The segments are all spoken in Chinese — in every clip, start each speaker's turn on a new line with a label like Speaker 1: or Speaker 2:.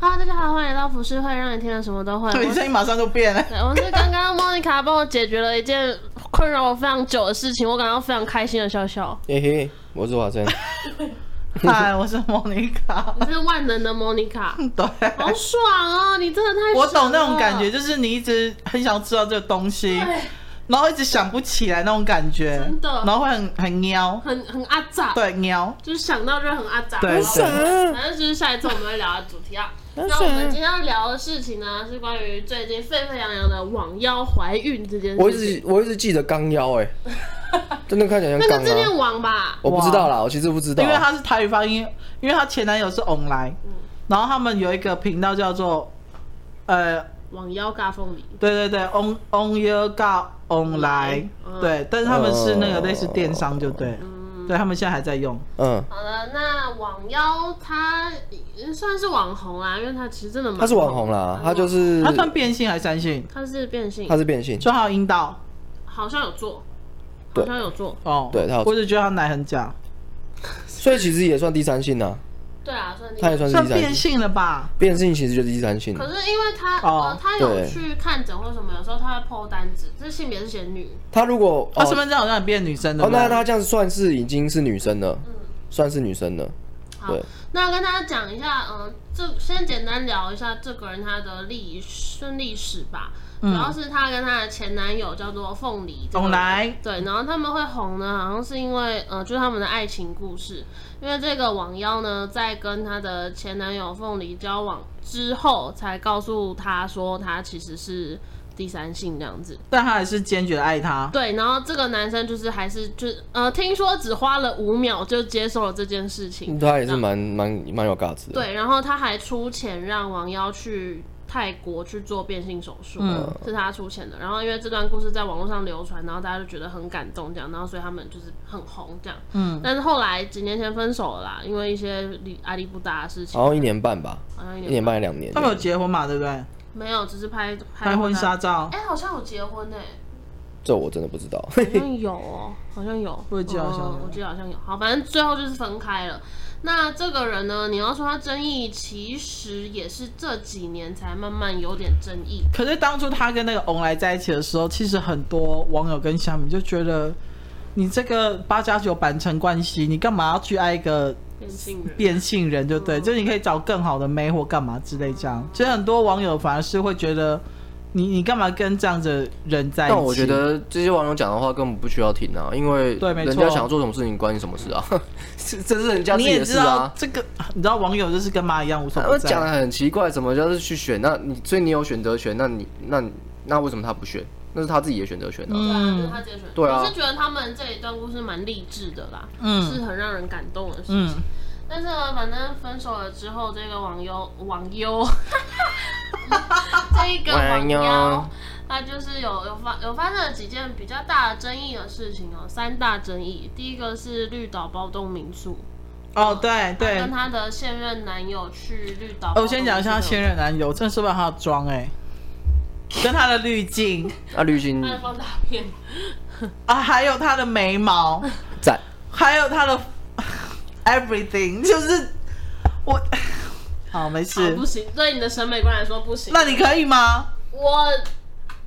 Speaker 1: Hello，大家好，欢迎来到服饰会，让你听了什么都会。
Speaker 2: 对，
Speaker 1: 我
Speaker 2: 你
Speaker 1: 是
Speaker 2: 声音马上就变了。
Speaker 1: 对我是刚刚莫妮卡帮我解决了一件困扰我非常久的事情，我感到非常开心的笑笑。
Speaker 3: 嘿嘿，我是华生。
Speaker 2: 嗨，我是莫妮卡。哦
Speaker 1: 你是万能的莫妮卡，
Speaker 2: 对，
Speaker 1: 好爽啊！你真的太
Speaker 2: 我
Speaker 1: 爽
Speaker 2: 懂那种
Speaker 1: 了
Speaker 2: 感觉，就是你一直很想知道这个东西，
Speaker 1: 对，
Speaker 2: 然后一直想不起来那种感觉，
Speaker 1: 真的
Speaker 2: 然后会很很喵，
Speaker 1: 很很阿杂，
Speaker 2: 对喵，
Speaker 1: 就是想到就很阿杂。
Speaker 2: 对
Speaker 1: 好
Speaker 2: 对
Speaker 1: 反正就是下一次我们会聊的主题啊。那我们今天要聊的事情呢，是关于最近沸沸扬扬的网妖怀孕这件
Speaker 3: 我一
Speaker 1: 事
Speaker 3: 直
Speaker 1: 情。
Speaker 3: 我一直记得钢腰哎、真的看起来
Speaker 2: 啊
Speaker 1: 那
Speaker 3: 像钢
Speaker 1: 个自恋
Speaker 3: 腰。
Speaker 1: 网吧，
Speaker 3: 我不知道啦，我其实不知道。啊
Speaker 4: 啊
Speaker 2: 因为她是台语发音，因为她前男友是 o n 然后他们有一个频道叫做呃，
Speaker 1: 网妖尬凤梨。
Speaker 2: 对对对，on on your god on 来
Speaker 1: 嗯，
Speaker 2: 对，但是他们是那个类似电商，就对了，对他们现在还在用，
Speaker 3: 嗯，
Speaker 1: 好了，那网妖她也算是网红啊，因为她其实真的蛮
Speaker 3: 他是网红啊啦，他就是
Speaker 2: 他算变性还是三性？
Speaker 1: 她是变性
Speaker 3: 他，是变性，
Speaker 2: 说他有阴道。
Speaker 1: 好像有做，好
Speaker 3: 对
Speaker 1: 像有做，
Speaker 2: 哦，
Speaker 3: 对他有
Speaker 2: 我只觉得他奶很假，
Speaker 3: 所以其实也算第三性呐、
Speaker 1: 对啊，算厉
Speaker 3: 他
Speaker 1: 害
Speaker 3: 也算是
Speaker 2: 算
Speaker 3: 第
Speaker 2: 变
Speaker 3: 三性。
Speaker 2: 性了吧？
Speaker 3: 变性其实就是第三性。
Speaker 1: 可是因为她
Speaker 2: 哦
Speaker 1: 呃，她有
Speaker 3: 对
Speaker 1: 去看诊或什么，有时候她会 PO 单子，这性别是写女，
Speaker 3: 他如果
Speaker 2: 他
Speaker 3: 哦
Speaker 2: 身份证好像也变女生的
Speaker 3: 哦，那他这样算是已经是女生了，算是女生了。
Speaker 2: 嗯
Speaker 1: 好
Speaker 3: 对，
Speaker 1: 那跟大家讲一下，嗯、这先简单聊一下这个人他的历顺历史吧。主要是她跟她的前男友叫做嗯凤梨，这个
Speaker 2: 董
Speaker 1: 人
Speaker 2: 来
Speaker 1: 对，然后他们会红呢，好像是因为呃，就是他们的爱情故事。因为这个网妖呢，在跟她的前男友凤梨交往之后，才告诉她说她其实是第三性这样子。
Speaker 2: 但他还是坚决地爱他。
Speaker 1: 对，然后这个男生就是还是就是呃，听说只花了五秒就接受了这件事情。
Speaker 3: 他也是蛮蛮蛮有价值的。
Speaker 1: 对，然后他还出钱让王妖去泰国去做变性手术，
Speaker 2: 嗯
Speaker 1: 是他出钱的。然后因为这段故事在网络上流传，然后大家就觉得很感动，这样，然后所以他们就是很红这样。
Speaker 2: 嗯，
Speaker 1: 但是后来几年前分手了啦，因为一些离阿里不达的事情，
Speaker 3: 然后一年半吧，
Speaker 1: 好像有
Speaker 3: 一
Speaker 1: 点
Speaker 3: 年半还两年。
Speaker 2: 哦他们有结婚嘛？对不对？
Speaker 1: 没有，只是拍
Speaker 2: 拍婚纱。照，
Speaker 1: 哎、好像有结婚哎、
Speaker 3: 这我真的不知道。
Speaker 1: 好像有哦，好像有，
Speaker 2: 我也记得好像有
Speaker 1: 嗯我记得好像有。好，反正最后就是分开了。那这个人呢，你要说他争议，其实也是这几年才慢慢有点争议。
Speaker 2: 可是当初他跟那个翁来在一起的时候，其实很多网友跟小米就觉得，你这个八加九板成关系，你干嘛要去爱一个
Speaker 1: 变性人。
Speaker 2: 变性人？就对，就是你可以找更好的妹或干嘛之类这样。其实很多网友反而是会觉得，你你干嘛跟这样的人在一起？
Speaker 3: 但我觉得这些网友讲的话根本不需要听啊，因为
Speaker 2: 对没错
Speaker 3: 人家想做什么事情关你什么事啊？ 这这是人家自
Speaker 2: 你
Speaker 3: 己
Speaker 2: 也
Speaker 3: 的
Speaker 2: 知
Speaker 3: 事
Speaker 2: 道
Speaker 3: 啊。
Speaker 2: 这个，你知道网友就是跟妈一样无所
Speaker 3: 他
Speaker 2: 不
Speaker 3: 们
Speaker 2: 在。
Speaker 3: 讲的很奇怪，什么叫是去选？那你所以你有选择权，那你那你那为什么他不选？那是他自己的选择权啊。
Speaker 1: 对啊，就是他自己选。
Speaker 3: 对啊
Speaker 1: 我是觉得他们这一段故事蛮励志的啦，
Speaker 2: 嗯
Speaker 1: 是很让人感动的事情。
Speaker 2: 嗯，
Speaker 1: 但是呢，反正分手了之后，这个网友网友， 这一
Speaker 2: 嗯
Speaker 1: 个网
Speaker 3: 网友
Speaker 1: 友，他就是有有发有发生了几件比较大的争议的事情哦，三大争议。第一个是绿岛包栋民宿，
Speaker 2: 哦，对
Speaker 1: 她
Speaker 2: 对
Speaker 1: 跟，她的现任男友去绿岛。
Speaker 2: 哦我先讲一下她现。任男友，真的受不了她的妆 哎、跟她的滤镜
Speaker 3: 那滤镜
Speaker 1: 他放大片，
Speaker 2: 啊，还有她的 眉毛，
Speaker 3: 赞，
Speaker 2: 还有她的 everything，就是 我好没
Speaker 1: 啊
Speaker 2: 事
Speaker 1: 不，行，对你的审美观来说不行。
Speaker 2: 那你可以吗？
Speaker 1: 我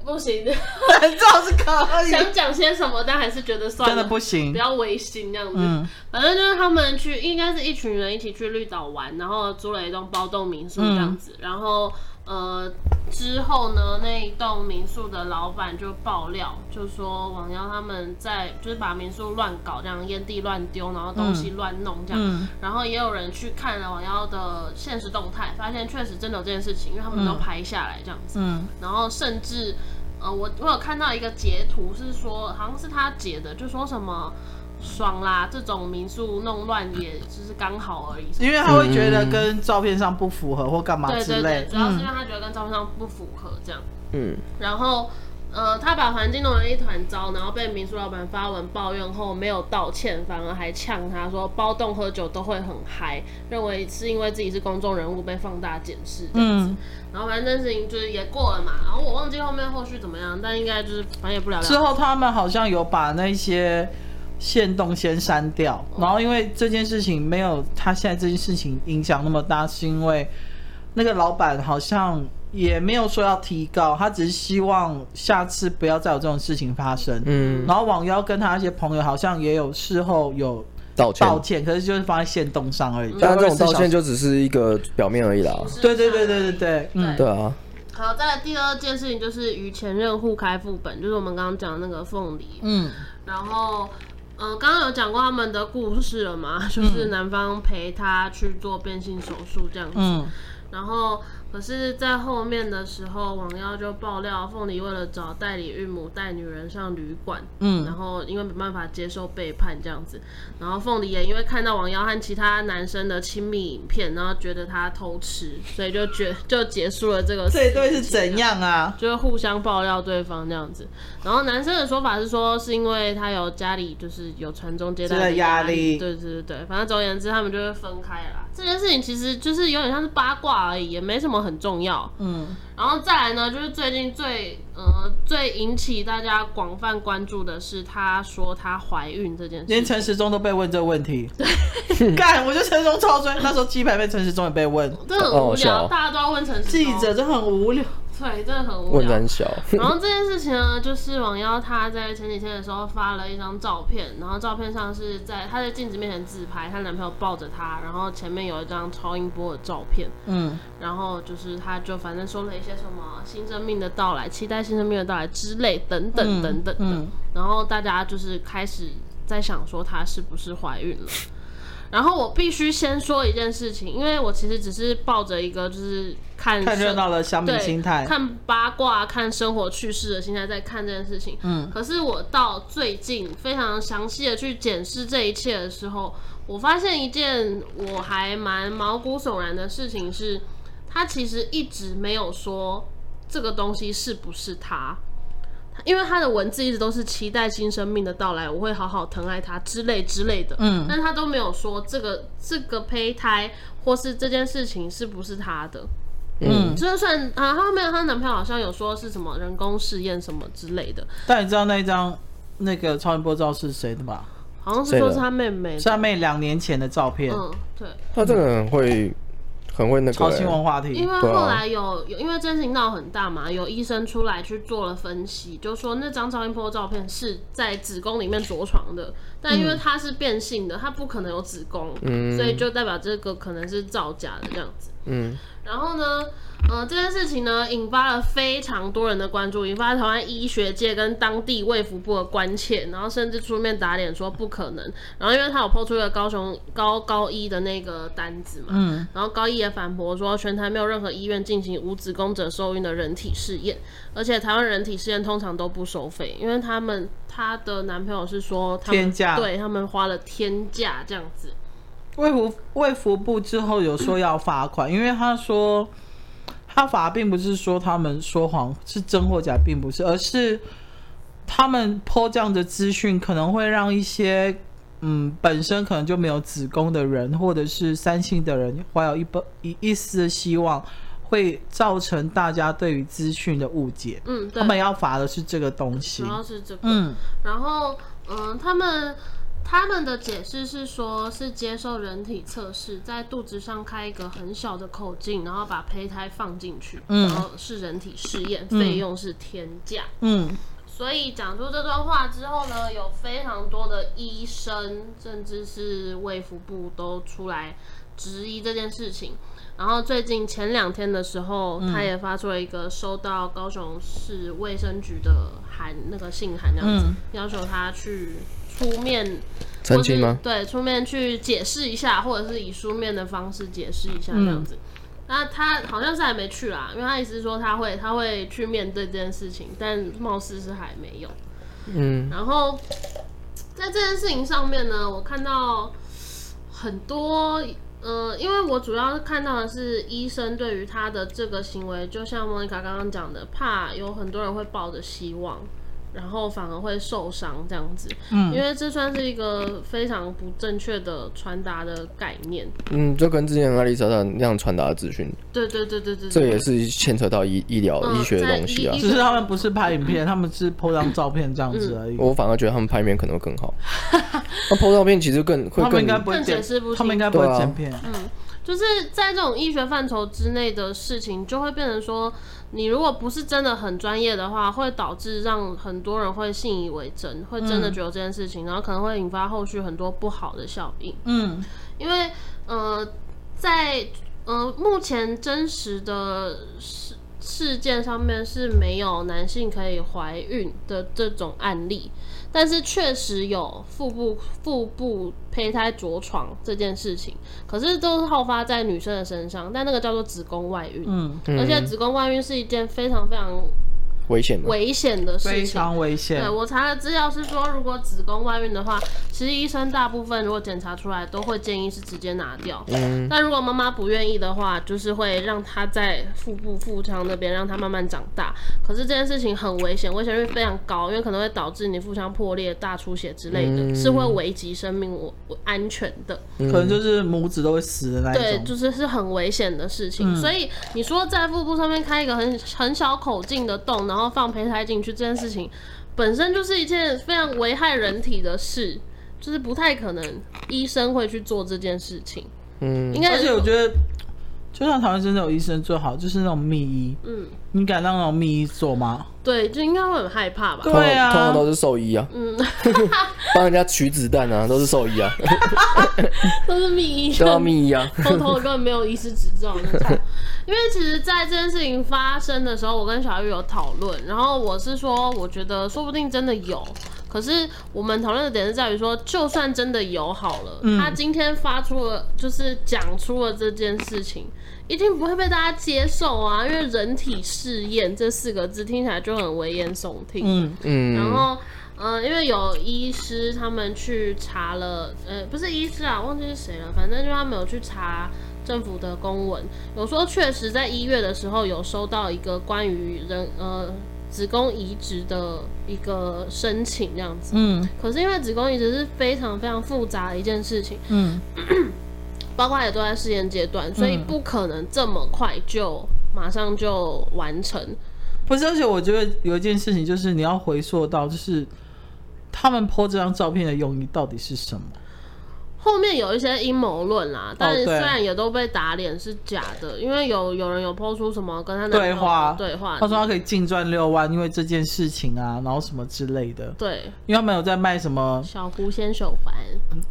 Speaker 1: 不行，
Speaker 2: 对，这样是可以，
Speaker 1: 想讲些什么，但还是觉得算了，
Speaker 2: 真的不行
Speaker 1: 不。要违心这样子。
Speaker 2: 嗯
Speaker 1: 反正就是他们去，应该是一群人一起去绿岛玩，然后租了一栋包栋民宿这样子。然后呃，
Speaker 2: 嗯
Speaker 1: 之后呢，那一栋民宿的老板就爆料，就说王瑶他们在就是把民宿乱搞，这样烟蒂乱丢，然后东西乱弄这样。
Speaker 2: 嗯，
Speaker 1: 然后也有人去看了王瑶的现实动态，发现确实真的有这件事情，因为他们都拍下来这样子。
Speaker 2: 嗯，
Speaker 1: 然后甚至，呃，我我有看到一个截图是说，好像是他截的，就说什么爽啦，这种民宿弄乱也就是刚好而已。
Speaker 2: 因为他会觉
Speaker 3: 嗯
Speaker 2: 得跟照片上不符合或干嘛
Speaker 1: 对
Speaker 2: 之
Speaker 1: 对
Speaker 2: 类
Speaker 1: 对，，主要是因为
Speaker 2: 嗯，
Speaker 1: 他觉得跟照片上不符合这样。
Speaker 3: 嗯，
Speaker 1: 然后，呃，他把环境弄得一团糟，然后被民宿老板发文抱怨后没有道歉，反而还呛他说包栋喝酒都会很嗨，认为是因为自己是公众人物被放大检视这样子。
Speaker 2: 嗯
Speaker 1: 然后反正事情就是也过了嘛，然后我忘记后面后续怎么样，但应该就是反正也不了了
Speaker 2: 之
Speaker 1: 之。
Speaker 2: 后他们好像有把那些线动先删掉，然后因为这件事情没有他现在这件事情影响那么大，是因为那个老板好像也没有说要提高，他只是希望下次不要再有这种事情发生。
Speaker 3: 嗯，
Speaker 2: 然后网妖跟他一些朋友好像也有事后有
Speaker 4: 道歉。
Speaker 2: 道歉，可是就是放在线动上而已。
Speaker 4: 但这种
Speaker 2: 24小
Speaker 4: 道
Speaker 2: 时
Speaker 4: 歉就只是一个表面而已啦。
Speaker 2: 对对对对对对，嗯，
Speaker 4: 对啊，
Speaker 1: 好，再来第二件事情就是与前任互开副本，就是我们刚刚讲的那个凤梨。
Speaker 2: 嗯，
Speaker 1: 然后，呃，刚刚有讲过他们的故事了嘛，
Speaker 2: 嗯
Speaker 1: 就是男方陪他去做变性手术这样子。
Speaker 2: 嗯，
Speaker 1: 然后，可是，在后面的时候，网妖就爆料凤梨为了找代理孕母带女人上旅馆，
Speaker 2: 嗯
Speaker 1: 然后因为没办法接受背叛这样子，然后凤梨也因为看到王瑶和其他男生的亲密影片，然后觉得他偷吃，所以就决就结束了这个。
Speaker 2: 这一对是怎？样啊？
Speaker 1: 就是互相爆料对方这样子。然后男生的说法是说，是因为他有家里就是有传宗接代
Speaker 2: 这
Speaker 1: 的
Speaker 2: 个压力
Speaker 1: 力，对对对对，反正总而言之，他们就会分开了啦。这件事情其实就是有点像是八卦而已，也没什么很重要。
Speaker 2: 嗯
Speaker 1: 然后再来呢，就是最近最呃最引起大家广泛关注的是，她说她怀孕这件
Speaker 2: 连
Speaker 1: 事。
Speaker 2: 陈时中都被问这个问题，干，我觉得陈时中超衰。那时候鸡排妹陈时中也被问，
Speaker 1: 这很无
Speaker 4: 哦是
Speaker 1: 聊，
Speaker 4: 哦
Speaker 1: 大家都要问陈时
Speaker 2: 记
Speaker 1: 中
Speaker 2: 者就很无聊。
Speaker 1: 对，真的很无
Speaker 4: 问
Speaker 1: 聊
Speaker 4: 男。小，
Speaker 1: 然后这件事情呢，就是网妖她在前几天的时候发了一张照片，然后照片上是在她在镜子面前自拍，她男朋友抱着她，然后前面有一张超音波的照片，
Speaker 2: 嗯，
Speaker 1: 然后就是她就反正说了一些什么新生命的到来，期待新生命的到来之类等等等等的，
Speaker 2: 嗯
Speaker 1: 然后大家就是开始在想说她是不是怀孕了。然后我必须先说一件事情，因为我其实只是抱着一个就是看
Speaker 2: 看热
Speaker 1: 生
Speaker 2: 闹的小米
Speaker 1: 对，
Speaker 2: 心态，
Speaker 1: 看八卦、看生活趣事的心态在看这件事情。
Speaker 2: 嗯
Speaker 1: 可是我到最近非常详细的去检视这一切的时候，我发现一件我还蛮毛骨悚然的事情是，他其实一直没有说这个东西是不是他。因为他的文字一直都是期待新生命的到来，我会好好疼爱他之类之类的，
Speaker 2: 嗯
Speaker 1: 但他都没有说这个这个胚胎或是这件事情是不是他的，
Speaker 2: 嗯。
Speaker 1: 就算啊，她没有，她男朋友好像有说是什么人工试验什么之类的，
Speaker 2: 但你知道那一张那个超音波照是谁的吧？
Speaker 1: 好像是
Speaker 4: 对
Speaker 1: 说
Speaker 4: 的
Speaker 1: 是她妹妹的。
Speaker 2: 是他妹两年前的照片，
Speaker 1: 嗯，对，
Speaker 4: 他这个人很会，很会那个
Speaker 2: 超
Speaker 4: 欸、
Speaker 2: 新闻话题
Speaker 1: 因。为
Speaker 4: 对啊
Speaker 1: 后来有有，因为这件事情闹很大嘛，有医生出来去做了分析，就说那张超音波照片是在子宫里面着床的，但因为它是变性的，它不可能有子宫，
Speaker 4: 嗯
Speaker 1: 所以就代表这个可能是造假的这样子。
Speaker 4: 嗯，
Speaker 1: 然后呢，呃，这件事情呢，引发了非常多人的关注，引发了台湾医学界跟当地卫福部的关切，然后甚至出面打脸说不可能。然后因为他有抛出一个高雄高高一的那个单子嘛，
Speaker 2: 嗯，
Speaker 1: 然后高一也反驳说，全台没有任何医院进行无子宫者受孕的人体试验，而且台湾人体试验通常都不收费，因为他们她的男朋友是说他们
Speaker 2: 天价
Speaker 1: 对他们花了天价这样子。
Speaker 2: 卫福卫福部之后有说要罚款，因为他说他罚并不是说他们说谎是真或假，并不是，而是他们泼这样的资讯可能会让一些嗯本身可能就没有子宫的人，或者是三性的人怀有一波一一丝的希望，会造成大家对于资讯的误解。
Speaker 1: 嗯，对
Speaker 2: 他，们要罚的是这个东西
Speaker 1: 主。要是这个。
Speaker 2: 嗯
Speaker 1: 然后，嗯，他们他们的解释是说，是接受人体测试，在肚子上开一个很小的口径，然后把胚胎放进去，
Speaker 2: 嗯
Speaker 1: 然后是人体试验，费用是天价。
Speaker 2: 嗯
Speaker 1: 所以讲出这段话之后呢，有非常多的医生，甚至是卫福部都出来质疑这件事情。然后最近前两天的时候，他也发出了一个收到高雄市卫生局的函，那个信函这样子，
Speaker 2: 嗯
Speaker 1: 要求他去出面
Speaker 4: 澄清吗？
Speaker 1: 或是对，出面去解释一下，或者是以书面的方式解释一下这样子。那他好像是还没去啦，因为他意思是说他会他会去面对这件事情，但貌似是还没有。
Speaker 4: 嗯，
Speaker 1: 然后在这件事情上面呢，我看到很多，呃，因为我主要看到的是医生对于他的这个行为，就像莫妮卡刚刚讲的，怕有很多人会抱着希望。然后反而会受伤这样子，
Speaker 2: 嗯
Speaker 1: 因为这算是一个非常不正确的传达的概念。
Speaker 4: 嗯，就跟之前阿丽莎莎那样传达的资讯，
Speaker 2: 嗯
Speaker 1: 对对对对对，对
Speaker 4: 这也是牵扯到医医疗、
Speaker 1: 嗯
Speaker 4: 医学的东西啊
Speaker 1: 在医。
Speaker 2: 只是他们不是拍影片，他们是 po 张照片这样子而已。
Speaker 4: 我反而觉得他们拍片可 能会更好，那拍照片其实更会
Speaker 2: 他们应该
Speaker 4: 更
Speaker 2: 不会
Speaker 1: 更
Speaker 2: 剪
Speaker 1: 解释不清
Speaker 2: 他们应该不会
Speaker 1: 嗯
Speaker 4: 对啊
Speaker 2: 剪片。
Speaker 1: 就是在这种医学范畴之内的事情，就会变成说，你如果不是真的很专业的话，会导致让很多人会信以为真，会真的觉得这件事情，然后可能会引发后续很多不好的效应。
Speaker 2: 嗯
Speaker 1: 因为呃，在呃目前真实的事事件上面是没有男性可以怀孕的这种案例，但是确实有腹部腹部胚胎着床这件事情，可是都是好发在女生的身上，但那个叫做子宫外孕，
Speaker 2: 嗯，
Speaker 1: 而且子宫外孕是一件非常非常
Speaker 4: 危险的，
Speaker 1: 危险的事
Speaker 2: 非
Speaker 1: 情。
Speaker 2: 常危险
Speaker 1: 对。啊我查的资料是说，如果子宫外孕的话，其实医生大部分如果检查出来都会建议是直接拿掉。
Speaker 4: 嗯，
Speaker 1: 但如果妈妈不愿意的话，就是会让她在腹部腹腔那边让她慢慢长大。可是这件事情很危险，危险率非常高，因为可能会导致你腹腔破裂、大出血之类的，
Speaker 4: 嗯
Speaker 1: 是会危及生命我我安全的。
Speaker 2: 可能就是拇指都会死的那一
Speaker 1: 对，
Speaker 2: 种。
Speaker 1: 就是是很危险的事情。所以你说在腹部上面开一个很很小口径的洞，然后放胚胎进去，这件事情本身就是一件非常危害人体的事，就是不太可能医生会去做这件事情。
Speaker 4: 嗯
Speaker 1: 应该
Speaker 2: 而且我
Speaker 1: 得，
Speaker 2: 觉得，就算台湾真的有医生做好，就是那种密医，
Speaker 1: 嗯，
Speaker 2: 你敢让那种密医做吗？
Speaker 1: 对，就应该会很害怕吧。
Speaker 4: 通常
Speaker 2: 对啊
Speaker 4: 通常都是兽医啊，
Speaker 1: 嗯，
Speaker 4: 帮人家取子弹啊，都是兽 医啊，
Speaker 1: 都是密医
Speaker 4: 都要
Speaker 1: 生，
Speaker 4: 密医啊，
Speaker 1: 偷偷跟没有医师执照那种。因为其实，在这件事情发生的时候，我跟小玉有讨论，然后我是说，我觉得说不定真的有。可是我们讨论的点是在于说，就算真的有好了，
Speaker 2: 嗯
Speaker 1: 他今天发出了，就是讲出了这件事情，一定不会被大家接受啊！因为“人体试验”这四个字听起来就很危言耸听。
Speaker 2: 嗯，
Speaker 1: 然
Speaker 4: 嗯，
Speaker 1: 后，嗯、因为有医师他们去查了，呃，不是医师啊，忘记是谁了，反正就他们有去查政府的公文，有说确实在一月的时候有收到一个关于人呃子宫移植的一个申请这样子。
Speaker 2: 嗯
Speaker 1: 可是因为子宫移植是非常非常复杂的一件事情，
Speaker 2: 嗯，
Speaker 1: 包括也都在试验阶段，所以
Speaker 2: 嗯
Speaker 1: 不可能这么快就马上就完成。
Speaker 2: 不是，而且我觉得有一件事情就是你要回溯到，就是他们 po 这张照片的用意到底是什么？
Speaker 1: 后面有一些阴谋论啦，但是
Speaker 2: 哦对
Speaker 1: 虽然也都被打脸是假的，因为有有人有抛出什么跟他男朋
Speaker 2: 对
Speaker 1: 友的
Speaker 2: 话，
Speaker 1: 对话，
Speaker 2: 他说他可以净赚六万，因为这件事情啊，然后什么之类的，
Speaker 1: 对
Speaker 2: 因为他们有在卖什么？
Speaker 1: 小狐仙手环，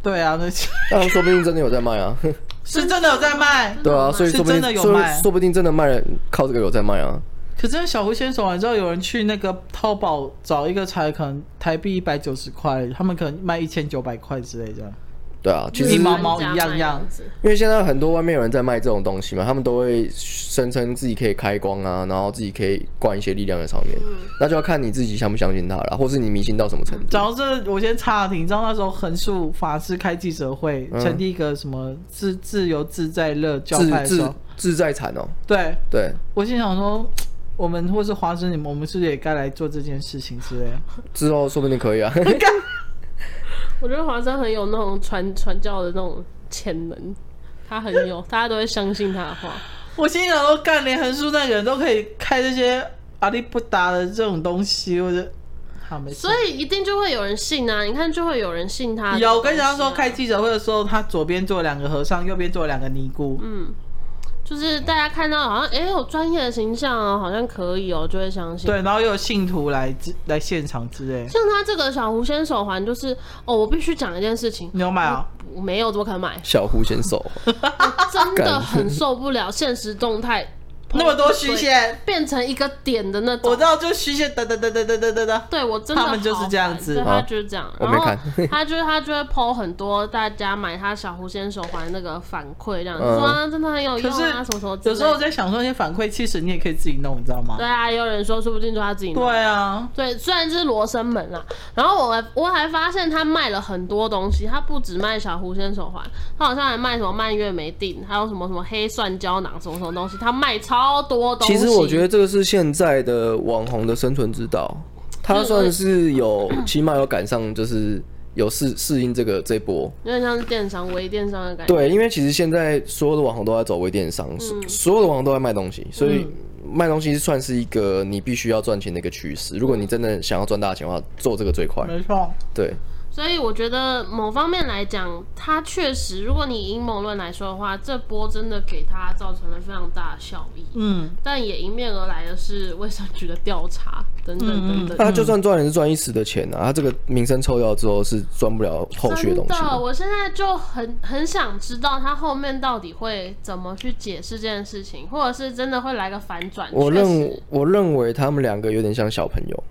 Speaker 2: 对啊，那些
Speaker 4: 但说不定真的有在卖啊，
Speaker 2: 是真的有在卖。
Speaker 4: 对啊，所
Speaker 2: 嗯
Speaker 4: 以
Speaker 2: 是
Speaker 4: 说不定
Speaker 2: 真的有
Speaker 4: 说
Speaker 2: 卖
Speaker 4: 说不定真的卖了，靠这个有在卖啊，
Speaker 2: 可是小狐仙手完之后，有人去那个淘宝找一个才可能台币一百九十块，他们可能卖一千九百块之类这样。
Speaker 4: 对啊，其实
Speaker 2: 一毛毛一
Speaker 1: 就是人家卖
Speaker 2: 样样
Speaker 1: 样子，
Speaker 4: 因为现在很多外面有人在卖这种东西嘛，他们都会声称自己可以开光啊，然后自己可以灌一些力量在上面，那就要看你自己相不相信他了，或是你迷信到什么程度。
Speaker 2: 讲到这，我先插停。你知道那时候横竖法师开记者会，
Speaker 4: 嗯
Speaker 2: 成立一个什么自自由自在乐教
Speaker 4: 自
Speaker 2: 派嗯的时
Speaker 4: 自
Speaker 2: 候，
Speaker 4: 自在产哦、
Speaker 2: 对
Speaker 4: 对，
Speaker 2: 我心想说，我们或是华生你们，我们是不是也该来做这件事情之类的？
Speaker 4: 之后说不定可以啊。？
Speaker 1: 我觉得华生很有那种传传教的那种潜能，他很有， 大家都会相信他的话。
Speaker 2: 我心想说，干连横竖那个人都可以开这些阿里不达的这种东西，我就好没事。
Speaker 1: 所以一定就会有人信啊！你看，就会有人信他。
Speaker 2: 有，我跟你讲，他
Speaker 1: 啊
Speaker 2: 说开，记者会的时候，他左边坐两个和尚，右边坐两个尼姑。
Speaker 1: 嗯就是大家看到好像，哎、有专业的形象哦，好像可以哦，就会相信。
Speaker 2: 对，然后又有信徒来之来现场之类。
Speaker 1: 像他这个小狐仙手环，就是哦，我必须讲一件事情，
Speaker 2: 你有买啊？
Speaker 1: 我没有，怎么可能买
Speaker 4: 小狐仙手，
Speaker 1: 真的很受不了现实动态
Speaker 2: 那么多虚线，
Speaker 1: 变成一个点的那
Speaker 2: 我
Speaker 1: 种
Speaker 2: 知。道，就虚线哒哒哒哒哒哒哒哒。
Speaker 1: 对我真的
Speaker 2: 他们就是
Speaker 1: 好烦
Speaker 2: 这样子
Speaker 1: 对
Speaker 4: 好
Speaker 1: 他就是这样。
Speaker 4: 啊我
Speaker 1: 然
Speaker 4: 没
Speaker 1: 后
Speaker 4: 看
Speaker 1: 他就是他就会 PO 很多大家买他小狐仙手环那个反馈，这样子
Speaker 4: 嗯
Speaker 1: 说啊真的很有
Speaker 2: 可
Speaker 1: 用
Speaker 2: 是
Speaker 1: 啊，什么什么之类的。
Speaker 2: 有时候我在想说，那些反馈其实你也可以自己弄，你知道吗
Speaker 1: 对？啊，也有人说说不定就他自己弄
Speaker 2: 对啊，
Speaker 1: 对，虽然这是罗生门啦，然后我还我还发现他卖了很多东西，他不止卖小狐仙手环，他好像还卖什么蔓越莓锭，还有什么什么黑蒜胶囊，什么什么东西，他卖超多东西。
Speaker 4: 其实我觉得这个是现在的网红的生存之道，他算是有，起码有赶上，就是有适适应这个这波。
Speaker 1: 有点像是电商、微电商的感觉。
Speaker 4: 对，因为其实现在所有的网红都在走微电商，所
Speaker 1: 嗯
Speaker 4: 所有的网红都在卖东西，所以卖东西算是一个你必须要赚钱的一个趋势。如果你真的想要赚大钱的话，做这个最快。
Speaker 2: 没错。
Speaker 4: 对，
Speaker 1: 所以我觉得某方面来讲，他确实，如果你阴谋论来说的话，这波真的给他造成了非常大的效益。
Speaker 2: 嗯，
Speaker 1: 但也迎面而来的是卫生局的调查等等等等。
Speaker 4: 那他就算赚也是赚一时的钱啊，他这个名声臭掉之后是赚不了后续的
Speaker 1: 真
Speaker 4: 东西
Speaker 1: 的，
Speaker 4: 的。
Speaker 1: 我现在就很很想知道他后面到底会怎么去解释这件事情，或者是真的会来个反转。
Speaker 4: 我
Speaker 1: 确实
Speaker 4: 认我认为他们两个有点像小朋友，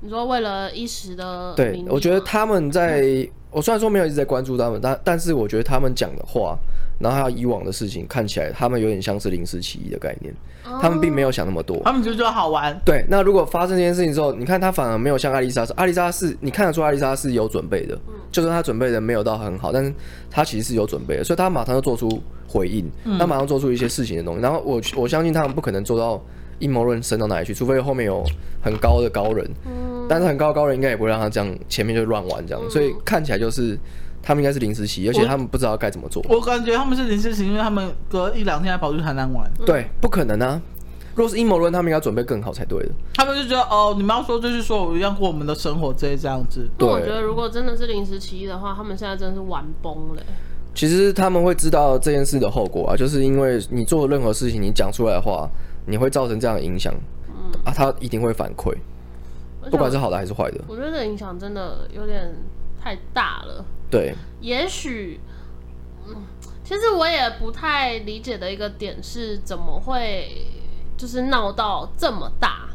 Speaker 1: 你说为了一时的
Speaker 4: 对
Speaker 1: 名利
Speaker 4: 我觉得
Speaker 1: 吗
Speaker 4: 他们
Speaker 1: 嗯
Speaker 4: 在，我虽然说没有一直在关注他们，但但是我觉得他们讲的话，然后还有以往的事情，看起来他们有点像是临时起意的概念，
Speaker 1: 哦
Speaker 4: 他们并没有想那么多。
Speaker 2: 他们就觉得好玩，
Speaker 4: 对，那如果发生这件事情之后，你看他反而没有像艾丽莎是，艾丽莎是你看得出艾丽莎是有准备的，
Speaker 1: 嗯
Speaker 4: 就是她准备的没有到很好，但是她其实是有准备的，所以她马上就做出回应，
Speaker 1: 嗯
Speaker 4: 她马上做出一些事情的东西。然后我我相信他们不可能做到阴谋论深到哪里去，除非后面有很高的高人，
Speaker 1: 嗯
Speaker 4: 但是很高的高人应该也不会让他这样前面就乱玩这样，所以看起来就是他们应该是临时起意，而且他们不知道该怎么做。
Speaker 2: 我感觉他们是临时行，因为他们隔一两天还跑去台南玩，
Speaker 1: 嗯
Speaker 4: 对，不可能啊！如果是阴谋论，他们应该准备更好才对的。
Speaker 2: 他们就觉得哦，你们要说就是说我一样过我们的生活，这这样子，
Speaker 1: 那我
Speaker 4: 对
Speaker 1: 觉得如果真的是临时起意的话，他们现在真的是玩崩了欸。
Speaker 4: 其实他们会知道这件事的后果啊，就是因为你做任何事情，你讲出来的话，你会造成这样的影响，啊，他一定会反馈，
Speaker 1: 嗯而且
Speaker 4: 不管是好的还是坏的。
Speaker 1: 我觉得影响真的有点太大了。
Speaker 4: 对，
Speaker 1: 也许，嗯，其实我也不太理解的一个点是，怎么会就是闹到这么大？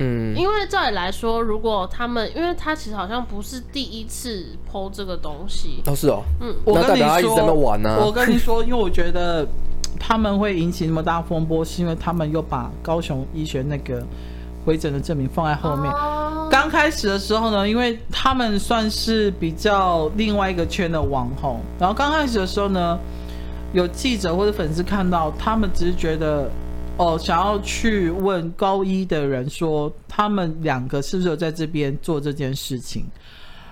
Speaker 4: 嗯，
Speaker 1: 因为照理来说，如果他们，因为他其实好像不是第一次剖这个东西，
Speaker 4: 哦是哦，
Speaker 2: 我
Speaker 4: 那
Speaker 2: 跟
Speaker 4: 代
Speaker 2: 你
Speaker 4: 表他一直在那
Speaker 2: 说，
Speaker 4: 玩啊
Speaker 2: 我。跟你说，因为我觉 得他们会引起那么大风波，是因为他们又把高雄医学那个回诊的证明放在后面。
Speaker 1: 哦
Speaker 2: 刚开始的时候呢，因为他们算是比较另外一个圈的网红，然后刚开始的时候呢，有记者或者粉丝看到，他们只是觉得，哦，想要去问高一的人说，他们两个是不是有在这边做这件事情。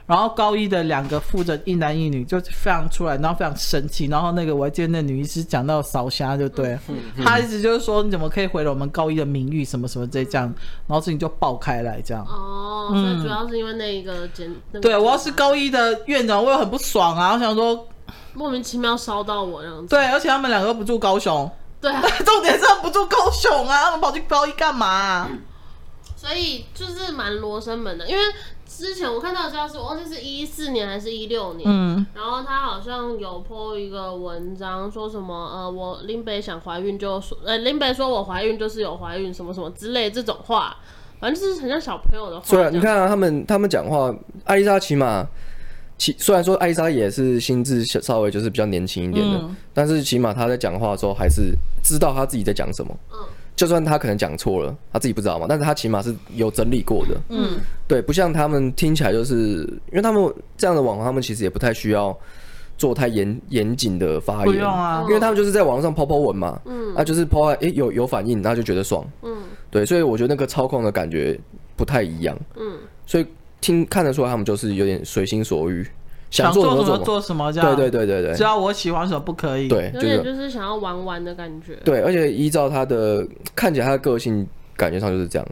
Speaker 2: 然后高一的两个负责一男一女就非常出来，然后非常生气。然后那个我还记得那女医师讲到烧虾，就对了，她一直就是说你怎么可以毁了我们高一的名誉什么什么这这样，然后事情就爆开来这样。
Speaker 1: 哦，所以主要是因为那一个简，那个
Speaker 2: 对我要是高一的院长，我也很不爽啊！我想说，
Speaker 1: 莫名其妙烧到我这样子，
Speaker 2: 对，而且他们两个又不住高雄，
Speaker 1: 对啊，
Speaker 2: 重点是他们不住高雄啊，他们跑去高一干嘛啊、
Speaker 1: 所以就是蛮罗生门的，因为之前我看到的消息，我忘记是一四年还是一六年，
Speaker 2: 嗯，
Speaker 1: 然后他好像有 po 一个文章，说什么呃，我林北想怀孕就说，呃，林北说我怀孕就是有怀孕什么什么之类这种话，反正就是很像小朋友的话。
Speaker 4: 虽然你，看啊，他们他们讲话，艾丽莎起码，其虽然说艾丽莎也是心智小稍微就是比较年轻一点的，
Speaker 2: 嗯
Speaker 4: 但是起码她在讲话的时候还是知道她自己在讲什么。
Speaker 1: 嗯
Speaker 4: 就算她可能讲错了，她自己不知道嘛，但是她起码是有整理过的。
Speaker 1: 嗯，
Speaker 4: 对，不像他们听起来就是，因为他们这样的网红，他们其实也不太需要做太严严谨的发言，
Speaker 2: 不用啊
Speaker 4: 因为他们就是在网上抛抛文嘛，
Speaker 1: 嗯
Speaker 4: 啊，就是抛哎、诶有有反应，然后就觉得爽，
Speaker 1: 嗯
Speaker 4: 对，所以我觉得那个操控的感觉不太一样，
Speaker 1: 嗯，
Speaker 4: 所以听看得出来他们就是有点随心所欲，想做
Speaker 2: 做
Speaker 4: 什么
Speaker 2: 什么
Speaker 4: 就做
Speaker 2: 做什么，这
Speaker 4: 什么，
Speaker 2: 样
Speaker 4: 对对对对
Speaker 2: 只
Speaker 4: 对，
Speaker 2: 要我喜欢什么不可以。，
Speaker 4: 对，
Speaker 1: 有
Speaker 4: 嗯就是
Speaker 1: 点就是想要玩玩的感觉，
Speaker 4: 对，而且依照他的看起来他的个性，感觉上就是这样，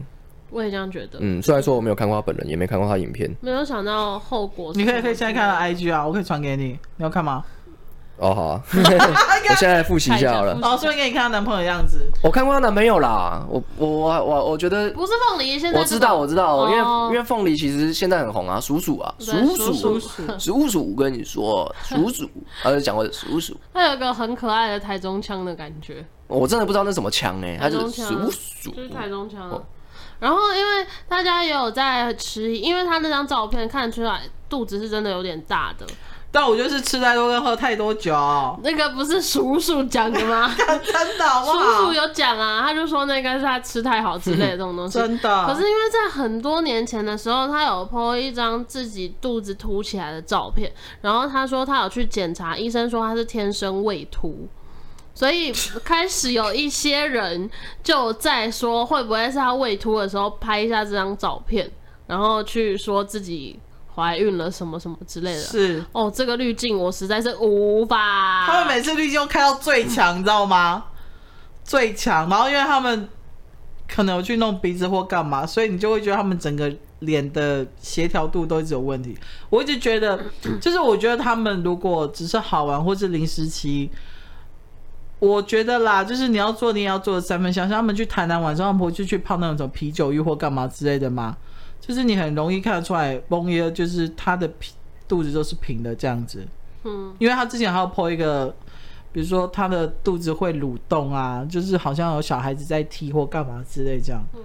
Speaker 1: 我也这样觉得。
Speaker 4: 嗯，虽然说我没有看过他本人，也没看过他影片，
Speaker 1: 没有想到后果是
Speaker 2: 你
Speaker 1: 什么，
Speaker 2: 可以可以现在看到 IG 啊，我可以传给你，你要看吗？
Speaker 4: 哦好、 啊，我现在来复习一下好了。
Speaker 2: 哦，顺便给你看她男朋友的样子。
Speaker 4: 我看过她男朋友啦，我我我我我觉得
Speaker 1: 不是凤梨，现在
Speaker 4: 我
Speaker 1: 这
Speaker 4: 知
Speaker 1: 种
Speaker 4: 道我知道，因为
Speaker 1: 哦
Speaker 4: 因为凤梨其实现在很红啊，鼠鼠啊，
Speaker 1: 对
Speaker 4: 鼠鼠
Speaker 1: 鼠鼠
Speaker 4: 鼠鼠，我跟你说， 鼠鼠，他就讲过鼠鼠，
Speaker 1: 他有一个很可爱的台中腔的感觉，
Speaker 4: 我真的不知道那什么枪哎，他
Speaker 1: 台
Speaker 4: 就
Speaker 1: 中
Speaker 4: 是
Speaker 1: 腔啊
Speaker 4: 鼠鼠
Speaker 1: 就，是台中腔啊、
Speaker 4: 哦
Speaker 1: 然后因为大家也有在迟疑，因为他那张照片看出来肚子是真的有点大的，
Speaker 2: 但我就是吃太多跟喝太多酒，
Speaker 1: 那个不是叔叔讲的吗？
Speaker 2: 真的 好不
Speaker 1: 叔叔
Speaker 2: 好？
Speaker 1: 有讲啊，他就说那应该是他吃太好之类的这种东西。
Speaker 2: 嗯真的。
Speaker 1: 可是因为在很多年前的时候，他有 po 一张自己肚子凸起来的照片，然后他说他有去检查，医生说他是天生胃凸，所以开始有一些人就在说会不会是他胃凸的时候拍一下这张照片，然后去说自己怀孕了什么什么之类的。
Speaker 2: 是
Speaker 1: 哦，这个滤镜我实在是无法。
Speaker 2: 他们每次滤镜都开到最强，你知道吗？最强，然后因为他们可能有去弄鼻子或干嘛，所以你就会觉得他们整个脸的协调度都一直有问题。我一直觉得，就是我觉得他们如果只是好玩或是临时期，我觉得啦，就是你要做，你也要做三分像。像他们去台南晚上，不就去泡那种啤酒浴或干嘛之类的吗？就是你很容易看得出来，蒙耶就是他的皮肚子都是平的这样子。
Speaker 1: 嗯，
Speaker 2: 因为他之前还有 po 一个，比如说他的肚子会蠕动啊，就是好像有小孩子在踢或干嘛之类这样。
Speaker 1: 嗯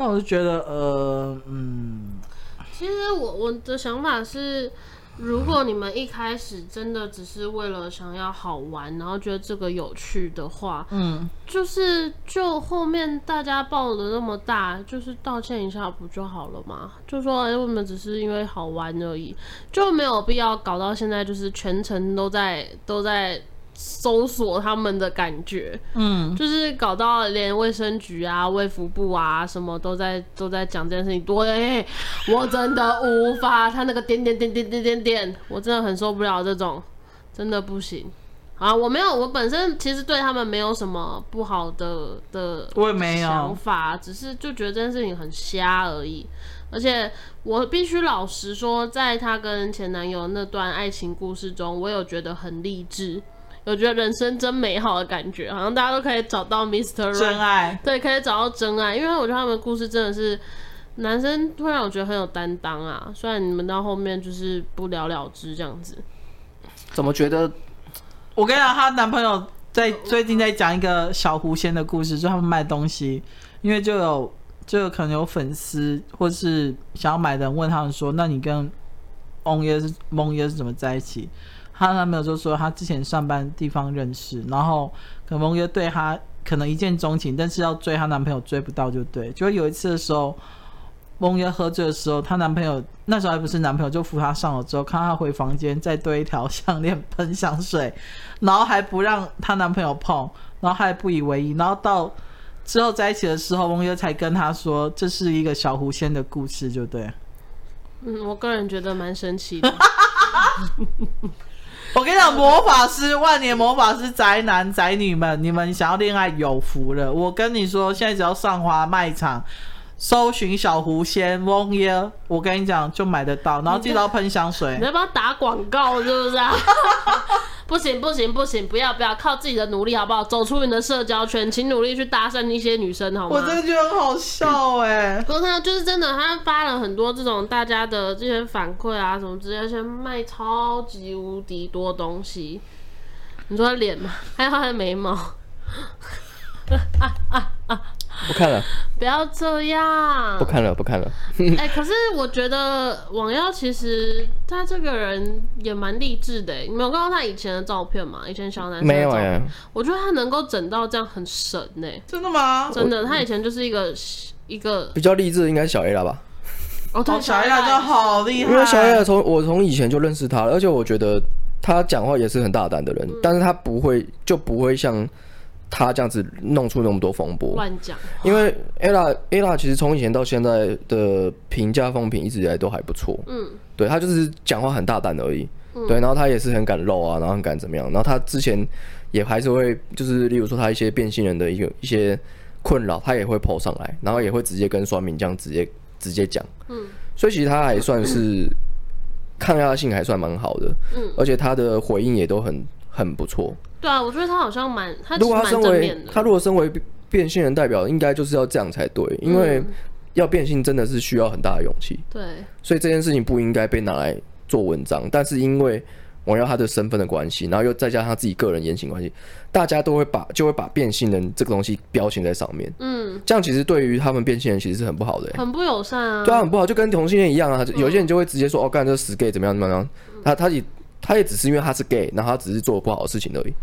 Speaker 2: 但我就觉得，呃，嗯，
Speaker 1: 其实我我的想法是，如果你们一开始真的只是为了想要好玩，然后觉得这个有趣的话，
Speaker 2: 嗯，
Speaker 1: 就是就后面大家爆的那么大，就是道歉一下不就好了嘛？就说哎、我们只是因为好玩而已，就没有必要搞到现在，就是全程都在都在搜索他们的感觉，
Speaker 2: 嗯，
Speaker 1: 就是搞到连卫生局啊、卫福部啊什么都在都在讲这件事情。对，我真的无法，他那个点点点点点点点，我真的很受不了这种，真的不行。啊，我没有，我本身其实对他们没有什么不好的的
Speaker 2: 我也没
Speaker 1: 想
Speaker 2: 有，
Speaker 1: 法，只是就觉得这件事情很瞎而已。而且我必须老实说，在她跟前男友那段爱情故事中，我有觉得很励志，有觉得人生真美好的感觉，好像大家都可以找到 Mr.
Speaker 2: 真
Speaker 1: Right，
Speaker 2: 爱，
Speaker 1: 对，可以找到真爱。因为我觉得他们的故事真的是男生会让我觉得很有担当啊，虽然你们到后面就是不了了之这样子。
Speaker 3: 怎么觉得
Speaker 2: 我跟你讲，她男朋友在最近在讲一个小狐仙的故事，就他们卖东西，因为就有就有可能有粉丝或是想要买的人问他们说，那你跟翁爷是翁爷是怎么在一起？她男朋友就说他之前上班地方认识，然后可能翁爷对她可能一见钟情，但是要追她男朋友追不到就对。就有一次的时候，翁爷喝醉的时候，她男朋友那时候还不是男朋友，就扶她上楼之后，看她回房间再堆一条项链喷香水，然后还不让她男朋友碰，然后还不以为意，然后到之后在一起的时候，翁爷才跟她说这是一个小狐仙的故事，就对。
Speaker 1: 嗯，我个人觉得蛮神奇 的。
Speaker 2: 我跟你讲，魔法师万年魔法师宅男宅女们，你们想要恋爱有福了。我跟你说，现在只要上华卖场搜寻小狐仙翁耶，我跟你讲就买得到，然后记得要喷香水
Speaker 1: 你。要不要打广告？是不是啊？ 不行不行不行，不要不要，靠自己的努力好不好？走出你的社交圈，请努力去搭讪一些女生好吗？
Speaker 2: 我真的觉得很好笑哎、
Speaker 1: 我看到就是真的，他发了很多这种大家的这些反馈啊什么之类，而且卖超级无敌多东西。你说脸吗？还有他的眉毛，
Speaker 4: 不看了，
Speaker 1: 不要这样
Speaker 4: 不。看了，不看了。
Speaker 1: 哎、可是我觉得网妖其实他这个人也蛮励志的欸。你没有看到他以前的照片吗？以前小男生的
Speaker 4: 没有
Speaker 1: 照片
Speaker 4: 哎、
Speaker 1: 我觉得他能够整到这样很神呢、
Speaker 2: 真的吗？
Speaker 1: 真的。他以前就是一个一个
Speaker 4: 比较励志的应该是小 A 啦吧，
Speaker 1: 哦，
Speaker 2: 哦，小亚真的好厉害，
Speaker 4: 因为小 A 从我从以前就认识他了，而且我觉得他讲话也是很大胆的人，但是他不会就不会像他这样子弄出那么多风波。
Speaker 1: 乱讲，
Speaker 4: 因为 ella ella 其实从以前到现在的评价风评一直以来都还不错，
Speaker 1: 嗯，
Speaker 4: 对他就是讲话很大胆而已，对，然后他也是很敢露啊，然后很敢怎么样，然后他之前也还是会就是例如说他一些变性人的一个一些困扰，他也会 PO 上来，然后也会直接跟酸民这样直接直接讲，
Speaker 1: 嗯，
Speaker 4: 所以其实他还算是抗压性还算蛮好的，
Speaker 1: 嗯，
Speaker 4: 而且他的回应也都很很不错，
Speaker 1: 对啊，我觉得他好像蛮，他其
Speaker 4: 如
Speaker 1: 实
Speaker 4: 果他
Speaker 1: 蛮
Speaker 4: 身
Speaker 1: 正
Speaker 4: 为
Speaker 1: 面的，
Speaker 4: 他如果身为变变性人代表，应该就是要这样才对，因
Speaker 1: 嗯
Speaker 4: 为要变性真的是需要很大的勇气，
Speaker 1: 对，
Speaker 4: 所以这件事情不应该被拿来做文章。但是因为王耀他的身份的关系，然后又再加上他自己个人言行关系，大家都会把就会把变性人这个东西标签在上面，
Speaker 1: 嗯，
Speaker 4: 这样其实对于他们变性人其实是很不好的、欸。
Speaker 1: 很不友善啊，
Speaker 4: 对啊，很不好，就跟同性恋一样啊。有些人就会直接说，哦，干这死 gay 怎么样怎么样。他他也他也只是因为他是 gay，然后他只是做不好的事情而已。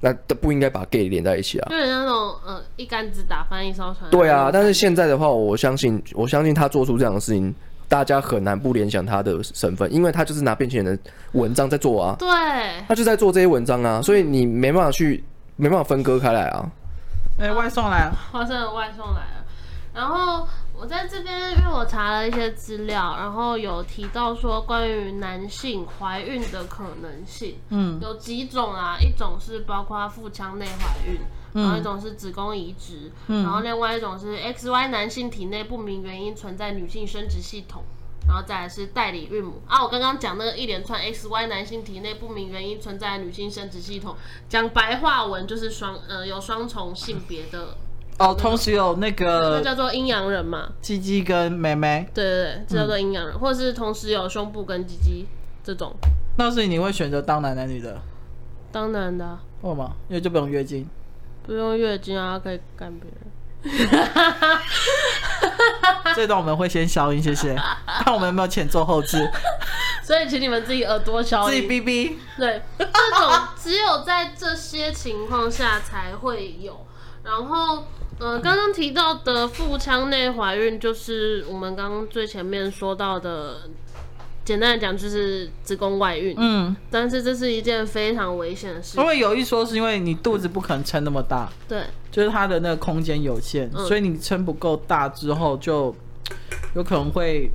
Speaker 4: 那都不应该把 gay 连在一起啊。
Speaker 1: 就人家那种呃一竿子打翻一艘船，
Speaker 4: 对啊，但是现在的话，我相信，我相信他做出这样的事情，大家很难不联想他的身份，因为他就是拿变性人的文章在做啊，
Speaker 1: 对，
Speaker 4: 他就在做这些文章啊，所以你没办法去，没办法分割开来啊。
Speaker 2: 哎、外送来了，
Speaker 1: 花生的外送来了。然后我在这边，因为我查了一些资料，然后有提到说关于男性怀孕的可能性，
Speaker 2: 嗯
Speaker 1: 有几种啊？一种是包括腹腔内怀孕，然后一种是子宫移植，然后另外一种是 XY 男性体内不明原因存在女性生殖系统。然后再来是代理孕母啊，我刚刚讲那个一连串 X Y 男性体内不明原因存在的女性生殖系统，讲白话文就是双呃有双重性别的，
Speaker 2: 哦，同时有那
Speaker 1: 那
Speaker 2: 个
Speaker 1: 叫做阴阳人嘛，
Speaker 2: 鸡鸡跟妹妹，
Speaker 1: 对对对，这叫做阴阳人，或者是同时有胸部跟鸡鸡这种，
Speaker 2: 那所以你会选择当男男女的，
Speaker 1: 当然的啊、
Speaker 2: 为什么？因为就不用月经。
Speaker 1: 不用月经啊，可以干别人。
Speaker 2: 这段我们会先消音，谢谢。看我们有没有钱做后置，
Speaker 1: 所以请你们自己耳朵消
Speaker 2: 自己
Speaker 1: 音。
Speaker 2: 逼逼。
Speaker 1: 对，这种只有在这些情况下才会有。然后，呃，刚刚提到的腹腔内怀孕，就是我们刚刚最前面说到的，简单来讲就是子宫外孕。
Speaker 2: 嗯，
Speaker 1: 但是这是一件非常危险的事
Speaker 2: 因
Speaker 1: 情。
Speaker 2: 为有一说是因为你肚子不可能撑那么大，
Speaker 1: 对，
Speaker 2: 就是它的那个空间有限，
Speaker 1: 嗯
Speaker 2: 所以你撑不够大之后就有可能会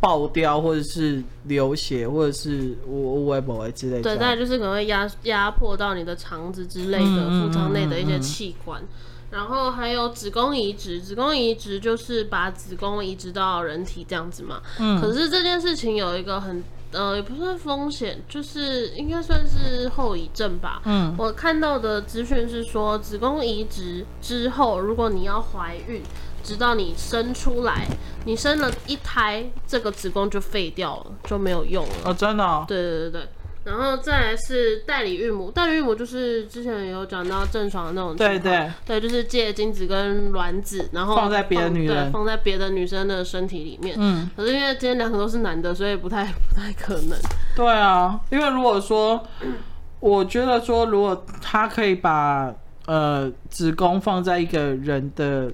Speaker 2: 爆掉，或者是流血，或者是我我某为之类的。
Speaker 1: 对，再来就是可能会压压迫到你的肠子之类的
Speaker 2: 嗯嗯
Speaker 1: 腹腔内的一些器官，然后还有子宫移植，子宫移植就是把子宫移植到人体这样子嘛。
Speaker 2: 嗯
Speaker 1: 可是这件事情有一个很呃也不算风险，就是应该算是后遗症吧。
Speaker 2: 嗯
Speaker 1: 我看到的资讯是说，子宫移植之后，如果你要怀孕，直到你生出来，你生了一胎，这个子宫就废掉了，就没有用了。
Speaker 2: 哦，真的、哦，
Speaker 1: 对对对对，然后再来是代理孕母，代理孕母就是之前有讲到郑爽的那种情
Speaker 2: 对
Speaker 1: 况，
Speaker 2: 对，
Speaker 1: 对，就是借精子跟卵子，然后
Speaker 2: 放在别的女人
Speaker 1: 对放在别的女生的身体里面。
Speaker 2: 嗯，
Speaker 1: 可是因为今天两个都是男的，所以不太不太可能。
Speaker 2: 对啊，因为如果说，我觉得说，如果他可以把呃子宫放在一个人的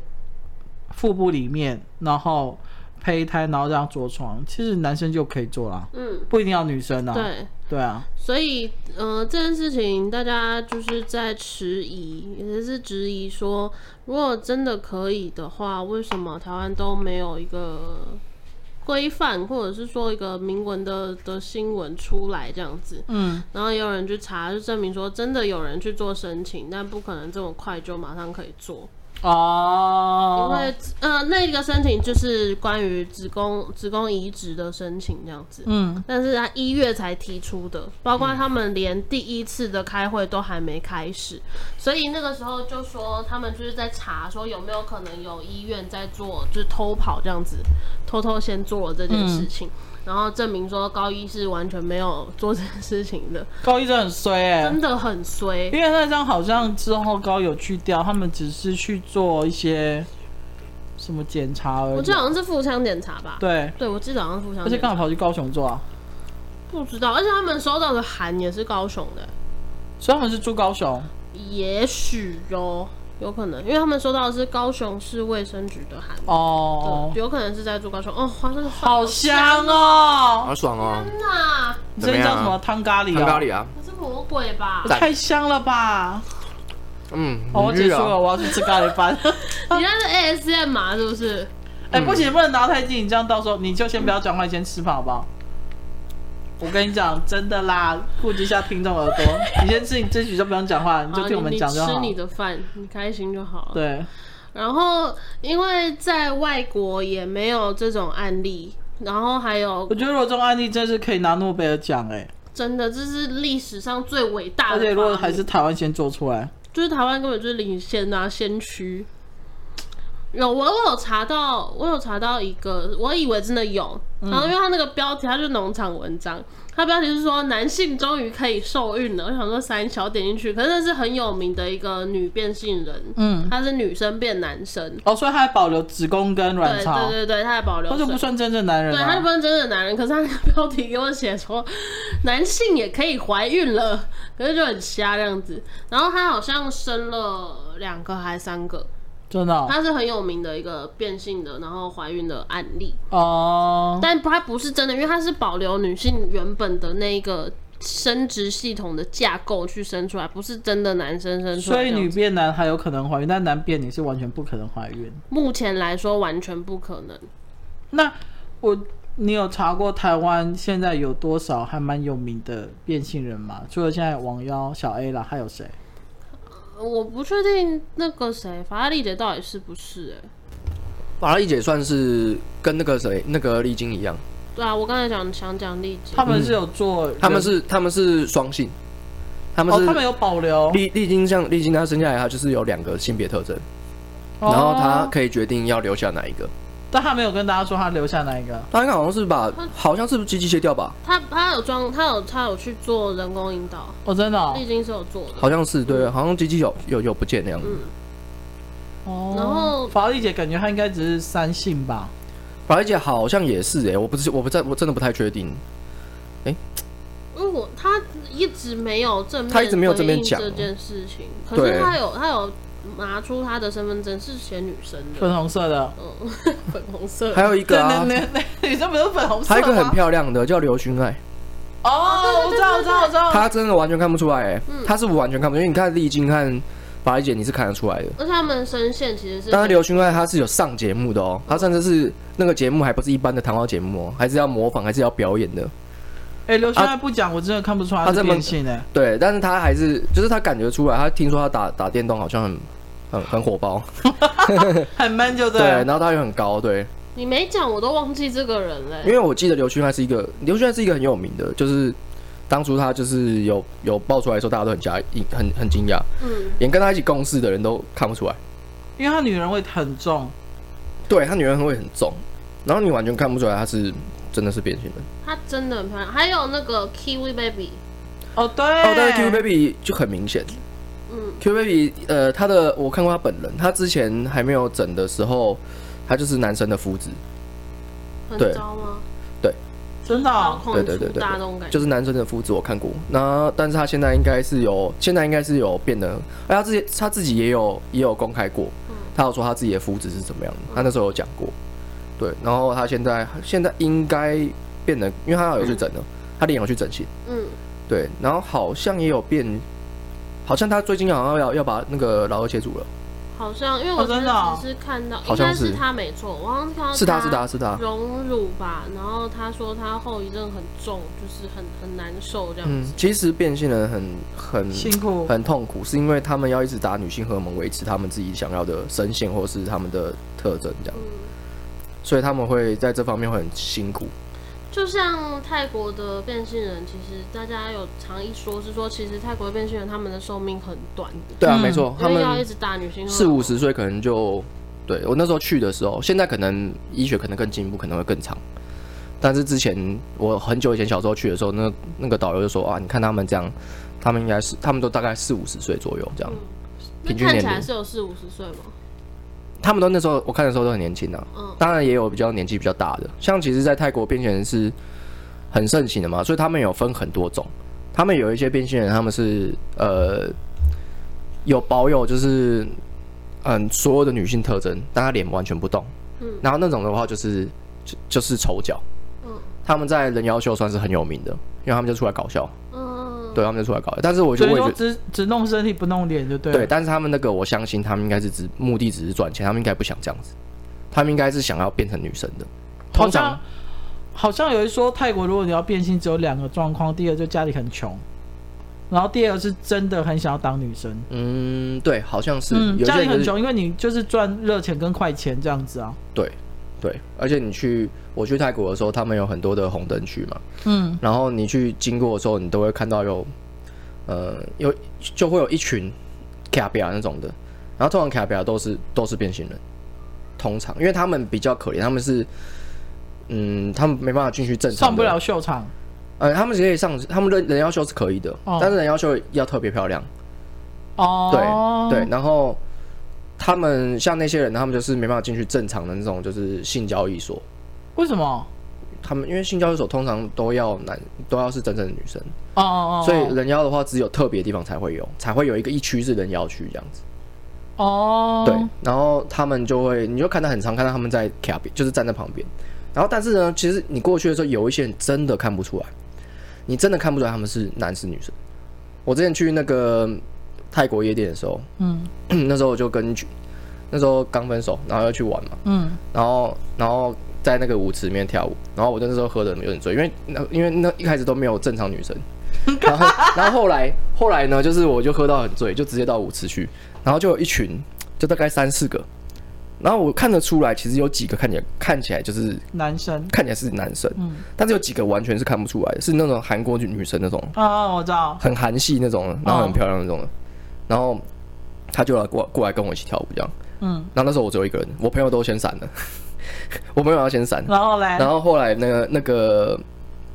Speaker 2: 腹部里面，然后胚胎，然后这样着床，其实男生就可以做啦，
Speaker 1: 嗯，
Speaker 2: 不一定要女生啊。
Speaker 1: 对，
Speaker 2: 对啊，
Speaker 1: 所以呃这件事情大家就是在迟疑，也是质疑说，如果真的可以的话，为什么台湾都没有一个规范，或者是说一个明文的的新闻出来这样子？
Speaker 2: 嗯，
Speaker 1: 然后也有人去查，就证明说真的有人去做申请，但不可能这么快就马上可以做，因
Speaker 2: 哦，
Speaker 1: 为呃那个申请就是关于子宫子宫移植的申请这样子，
Speaker 2: 嗯，
Speaker 1: 但是他一月才提出的，包括他们连第一次的开会都还没开始，所以那个时候就说他们就是在查说有没有可能有医院在做，就是偷跑这样子，偷偷先做了这件事情。然后证明说高一是完全没有做这件事情的，
Speaker 2: 高一真的很衰哎、
Speaker 1: 真的很衰。
Speaker 2: 因为那张好像之后高有去掉，他们只是去做一些什么检查而
Speaker 1: 我
Speaker 2: 已
Speaker 1: 记得。好像是腹腔检查吧？
Speaker 2: 对，
Speaker 1: 对，我记得好像是腹腔
Speaker 2: 而且
Speaker 1: 检
Speaker 2: 刚好
Speaker 1: 查，
Speaker 2: 跑去高雄做啊，
Speaker 1: 不知道。而且他们收到的函也是高雄的，
Speaker 2: 所以他们是住高雄。
Speaker 1: 也许哦，有可能，因为他们收到的是高雄市卫生局的函，
Speaker 2: 哦
Speaker 1: 对，有可能是在住高雄。哦，花生
Speaker 2: 好香哦！
Speaker 4: 好爽哦，
Speaker 1: 真的啊，
Speaker 2: 你
Speaker 4: 怎
Speaker 2: 这
Speaker 4: 么样
Speaker 2: 叫
Speaker 4: 啊
Speaker 2: 什么汤咖喱、
Speaker 4: 汤
Speaker 2: 哦？
Speaker 4: 咖喱啊，
Speaker 1: 那是魔鬼吧？
Speaker 4: 赞
Speaker 2: 太香了吧！
Speaker 4: 嗯，
Speaker 2: 好，我
Speaker 4: 你
Speaker 2: 结
Speaker 4: 日
Speaker 2: 束
Speaker 4: 啊
Speaker 2: 了，我要去吃咖喱 饭。啊
Speaker 1: 你那是 ASM 嘛？是不是？
Speaker 2: 哎、
Speaker 1: 嗯
Speaker 2: 不行，不能拿太近，你这样到时候你就先不要讲话，你先吃饭好不好？我跟你讲，真的啦，顾及一下听众耳朵，你先吃，你这局就不用讲话，你就
Speaker 1: 好
Speaker 2: 听我们
Speaker 1: 啊你
Speaker 2: 讲就好
Speaker 1: 你吃。你的饭，你开心就好了。
Speaker 2: 对，
Speaker 1: 然后因为在外国也没有这种案例，然后还有
Speaker 2: 我觉得如果这种案例真是可以拿诺贝尔奖哎、
Speaker 1: 真的，这是历史上最伟大的发
Speaker 2: 而
Speaker 1: 明。
Speaker 2: 且如果还是台湾先做出来，
Speaker 1: 就是台湾根本就是领先啊，先驱。有我我有查到，我有查到一个，我以为真的有，
Speaker 2: 嗯
Speaker 1: 然后因为他那个标题，他就是农场文章，他标题是说男性终于可以受孕了，我想说三小点进去，可是那是很有名的一个女变性人，
Speaker 2: 嗯，
Speaker 1: 她是女生变男生，
Speaker 2: 哦，所以他还保留子宫跟卵
Speaker 1: 对
Speaker 2: 巢
Speaker 1: 对，对对，她还保留
Speaker 2: 那就不
Speaker 1: 水
Speaker 2: 算真正男人
Speaker 1: 对，他就不
Speaker 2: 啊。
Speaker 1: 是真的男人，可是他的标题给我写说男性也可以怀孕了，可是就很瞎这样子。然后他好像生了两个还三个，
Speaker 2: 真的哦
Speaker 1: 他是很有名的一个变性的，然后怀孕的案例，
Speaker 2: 哦，
Speaker 1: 但他不是真的，因为他是保留女性原本的那一个生殖系统的架构去生出来，不是真的男生生出来
Speaker 2: 所
Speaker 1: 这
Speaker 2: 以
Speaker 1: 样子。
Speaker 2: 女变男还有可能怀孕，但男变女是完全不可能怀孕。
Speaker 1: 目前来说完全不可能。
Speaker 2: 那我你有查过台湾现在有多少还蛮有名的变性人吗？除了现在王妖、小 A 啦，还有谁？
Speaker 1: 我不确定那个谁法拉利姐到底是不是哎、
Speaker 4: 法拉利姐算是跟那个谁那个丽晶一样，
Speaker 1: 对啊，我刚才讲想讲丽姐，
Speaker 2: 他们是有做人，
Speaker 4: 嗯他们是他们是双性，他们
Speaker 2: 哦，
Speaker 4: 是
Speaker 2: 他们有保留，
Speaker 4: 丽丽晶像丽晶她生下来她就是有两个性别特征，
Speaker 2: 哦
Speaker 4: 然后她，可以决定要留下哪一个。
Speaker 2: 但他没有跟大家说他留下哪一个。
Speaker 4: 她应该好像是把好像是不是机器切掉吧？
Speaker 1: 她她有装，她有她有去做人工引导，
Speaker 2: 哦，真的哦
Speaker 1: 丽，晶是有做的。
Speaker 4: 好像是
Speaker 2: 嗯
Speaker 4: 对，好像机器有有有不见那样。
Speaker 1: 嗯，
Speaker 2: 哦
Speaker 1: 然后
Speaker 2: 法拉利姐感觉她应该只是三性吧？
Speaker 4: 法拉利姐好像也是哎、我不是我不在我真的不太确定。
Speaker 1: 因为我她一直没有正面，
Speaker 4: 她一直没有正面讲
Speaker 1: 这件事情，可
Speaker 4: 对
Speaker 1: 是她有她有拿出她的身份证是写女生的，
Speaker 2: 粉红色的，
Speaker 1: 嗯，粉红色的
Speaker 4: 还。有一个啊，
Speaker 2: 对，那那那 女生不是粉红色吗？
Speaker 4: 还有一个很漂亮的叫刘勋爱，
Speaker 2: 哦，嗯我知道，我知道，我知道。
Speaker 4: 她真的完全看不出来哎、她是完全看不出来，因为你看丽晶看法拉利姐你是看得出来
Speaker 2: 嗯
Speaker 4: 的。
Speaker 1: 而且他们声线其实是
Speaker 4: 但是刘勋爱他是有上节目的
Speaker 2: 嗯
Speaker 4: 哦，他甚至是那个节目还不是一般的谈话节目哦，还是要模仿，还是要表演的。
Speaker 2: 哎，刘轩爱不讲，我真的看不出来
Speaker 4: 她
Speaker 2: 是
Speaker 4: 这么
Speaker 2: 变性哎。
Speaker 4: 对，但是他还是就是他感觉出来，他听说他打打电动好像很很很火爆，
Speaker 2: 很闷就对啊
Speaker 4: 对，
Speaker 2: 了
Speaker 4: 然。后他又很高，对，
Speaker 1: 你没讲我都忘记这个人嘞、
Speaker 4: 因为我记得刘勋爱是一个刘勋爱是一个很有名的，就是当初他就是有有爆出来的时候，大家都很惊很很惊讶，
Speaker 1: 嗯，
Speaker 4: 连跟他一起共事的人都看不出来，
Speaker 2: 因为她女人味很重，
Speaker 4: 对他女人会很重，然后你完全看不出来他是真的是变性人。
Speaker 1: 她真的很漂亮。还有那个 Kiwi Baby，
Speaker 2: 哦对，
Speaker 4: 哦，但是 Q Baby 就很明显。
Speaker 1: 嗯
Speaker 4: Q Baby，呃，他的我看过他本人，他之前还没有整的时候，他就是男生的肤质，
Speaker 1: 很
Speaker 4: 对
Speaker 1: 糟吗？
Speaker 2: 真的
Speaker 1: 把
Speaker 2: 哦，
Speaker 1: 控
Speaker 4: 对
Speaker 1: 出
Speaker 4: 对对对
Speaker 1: 大
Speaker 4: 对
Speaker 1: 那种感觉，
Speaker 4: 就是男生的肤质我看过。那但是他现在应该是有，现在应该是有变得，哎，他自己他自己也有也有公开过，他有说他自己的肤质是怎么样的，他那时候有讲过。对，然后他现在现在应该变得，因为他有去整了，他脸有去整形，
Speaker 1: 嗯，
Speaker 4: 对，然后好像也有变，好像他最近好像要要把那个老二切除了。
Speaker 1: 好像因为我
Speaker 2: 哦
Speaker 1: 真
Speaker 2: 真的哦
Speaker 1: 的只是看到，
Speaker 4: 好
Speaker 1: 应
Speaker 4: 像
Speaker 1: 该
Speaker 4: 是
Speaker 1: 是她没错，我好像看到
Speaker 4: 是他是他是他，
Speaker 1: 荣辱吧，然后她说她后遗症很重，就是很很难受这样
Speaker 4: 嗯
Speaker 1: 子。，
Speaker 4: 其实变性人很很
Speaker 2: 辛苦。
Speaker 4: 很痛苦，是因为他们要一直打女性荷尔蒙维持他们自己想要的声线或是他们的特征这样，
Speaker 1: 嗯
Speaker 4: 所以他们会在这方面会很辛苦。
Speaker 1: 就像泰国的变性人，其实大家有常一说是说，其实泰国的变性人他们的寿命很短，
Speaker 4: 对啊，
Speaker 2: 嗯
Speaker 4: 没错，他
Speaker 1: 因为要一
Speaker 4: 们
Speaker 1: 直打女性荷
Speaker 4: 四
Speaker 1: 尔蒙
Speaker 4: 五十岁可能就，对我那时候去的时候，现在可能医学可能更进步，可能会更长。但是之前我很久以前小时候去的时候，那那个导游就说啊，你看他们这样，他们应该是他们都大概四五十岁左右这样，
Speaker 1: 那
Speaker 4: 平均
Speaker 1: 看
Speaker 4: 年
Speaker 1: 起来
Speaker 4: 龄，
Speaker 1: 是有四五十岁吗？
Speaker 4: 他们都那时候我看的时候都很年轻啊，
Speaker 1: 嗯
Speaker 4: 当然也有比较年纪比较大的，像其实，在泰国变性人是很盛行的嘛，所以他们有分很多种。他们有一些变性人，他们是呃有保有就是嗯所有的女性特征，但他脸完全不动。
Speaker 1: 嗯
Speaker 4: 然后那种的话就是就就是丑角。
Speaker 1: 嗯
Speaker 4: 他们在人妖秀算是很有名的，因为他们就出来搞笑，
Speaker 1: 嗯，
Speaker 4: 对他们就出来搞笑。但是我觉
Speaker 2: 所
Speaker 4: 得
Speaker 2: 以
Speaker 4: 我也觉
Speaker 2: 说
Speaker 4: 得
Speaker 2: 只只弄身体不弄脸就对了。
Speaker 4: 对，但是他们那个我相信他们应该是只目的只是赚钱，他们应该不想这样子，他们应该是想要变成女生的。
Speaker 2: 好
Speaker 4: 通
Speaker 2: 像
Speaker 4: 常
Speaker 2: 好像有人说泰国如果你要变性，只有两个状况：第一个就家里很穷，然后第二个是真的很想要当女生。
Speaker 4: 嗯，对，好像是、
Speaker 2: 嗯，
Speaker 4: 有
Speaker 2: 家
Speaker 4: 些
Speaker 2: 里
Speaker 4: 人
Speaker 2: 很
Speaker 4: 就是
Speaker 2: 穷，因为你就是赚热钱跟快钱这样子啊。
Speaker 4: 对对，而且你去我去泰国的时候，他们有很多的红灯区嘛，
Speaker 2: 嗯，
Speaker 4: 然后你去经过的时候，你都会看到有呃有就会有一群卡比亚那种的，然后通常卡比亚都是都是变性人，通常因为他们比较可怜，他们是嗯他们没办法进去正常
Speaker 2: 嗯上不
Speaker 4: 的
Speaker 2: 了秀场，
Speaker 4: 呃，他们是可以上，他们的人妖秀是可以的，
Speaker 2: 哦
Speaker 4: 但是人妖秀要特别漂亮。
Speaker 2: 哦，
Speaker 4: 对，，然后他们像那些人，他们就是没办法进去正常的那种，就是性交易所。
Speaker 2: 为什么？哦
Speaker 4: 他们因为性交易所通常都要男，都要是真正的女生，
Speaker 2: 哦哦，
Speaker 4: 所以人妖的话只有特别地方才会有，才会有一个一区是人妖区这样子。
Speaker 2: 哦，
Speaker 4: 对，然后他们就会，你就看到很常看到他们在卡边，就是站在旁边。然后但是呢，其实你过去的时候，有一些人真的看不出来，你真的看不出来他们是男是女生。我之前去那个泰国夜店的时候，
Speaker 2: 嗯
Speaker 4: 那时候我就跟去，那时候刚分手，然后要去玩嘛，
Speaker 2: 嗯，
Speaker 4: 然后然后在那个舞池里面跳舞，然后我那时候喝的有点醉，因为那因为那一开始都没有正常女生，然后，然后后来，后来呢，就是我就喝到很醉，就直接到舞池去，然后就有一群，就大概三四个，然后我看得出来，其实有几个看起来看起来就是
Speaker 2: 男生
Speaker 4: 看起来是男生，但是有几个完全是看不出来的，是那种韩国女女生那种，
Speaker 2: 啊，我知道，
Speaker 4: 很韩系那种，然后很漂亮那种的，然后他就来过过来跟我一起跳舞这样，
Speaker 2: 嗯，
Speaker 4: 然后那时候我只有一个人，我朋友都先闪了， 我朋友要先闪，
Speaker 2: 然后嘞，
Speaker 4: 然后后来那个那个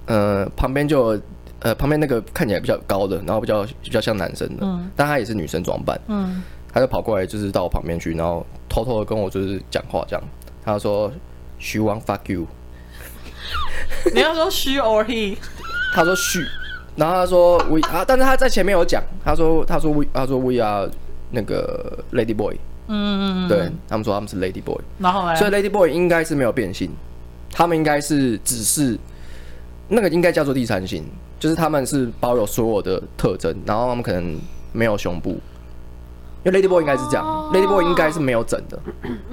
Speaker 4: 呃旁边就有呃旁边那个看起来比较高的，然后比较比较像男生的，
Speaker 2: 嗯
Speaker 4: 但他也是女生装扮，
Speaker 2: 嗯，
Speaker 4: 他就跑过来就是到我旁边去，然后偷偷的跟我就是讲话这样，他说 she want fuck you，
Speaker 2: 你要说 she or he，
Speaker 4: 他说 she，然后他说 we 啊，但是他在前面有讲，他说他说 we 他说 we are 那个 lady boy，
Speaker 2: 嗯嗯嗯，
Speaker 4: 对，他们说他们是 lady boy，
Speaker 1: 啊
Speaker 2: 然后嘞，
Speaker 4: 所以 Lady Boy 应该是没有变性，他们应该是只是那个应该叫做第三性，就是他们是包有所有的特征，然后他们可能没有胸部，因为 Lady Boy 应该是这样、
Speaker 1: 哦
Speaker 4: l a d y Boy 应该是没有整的，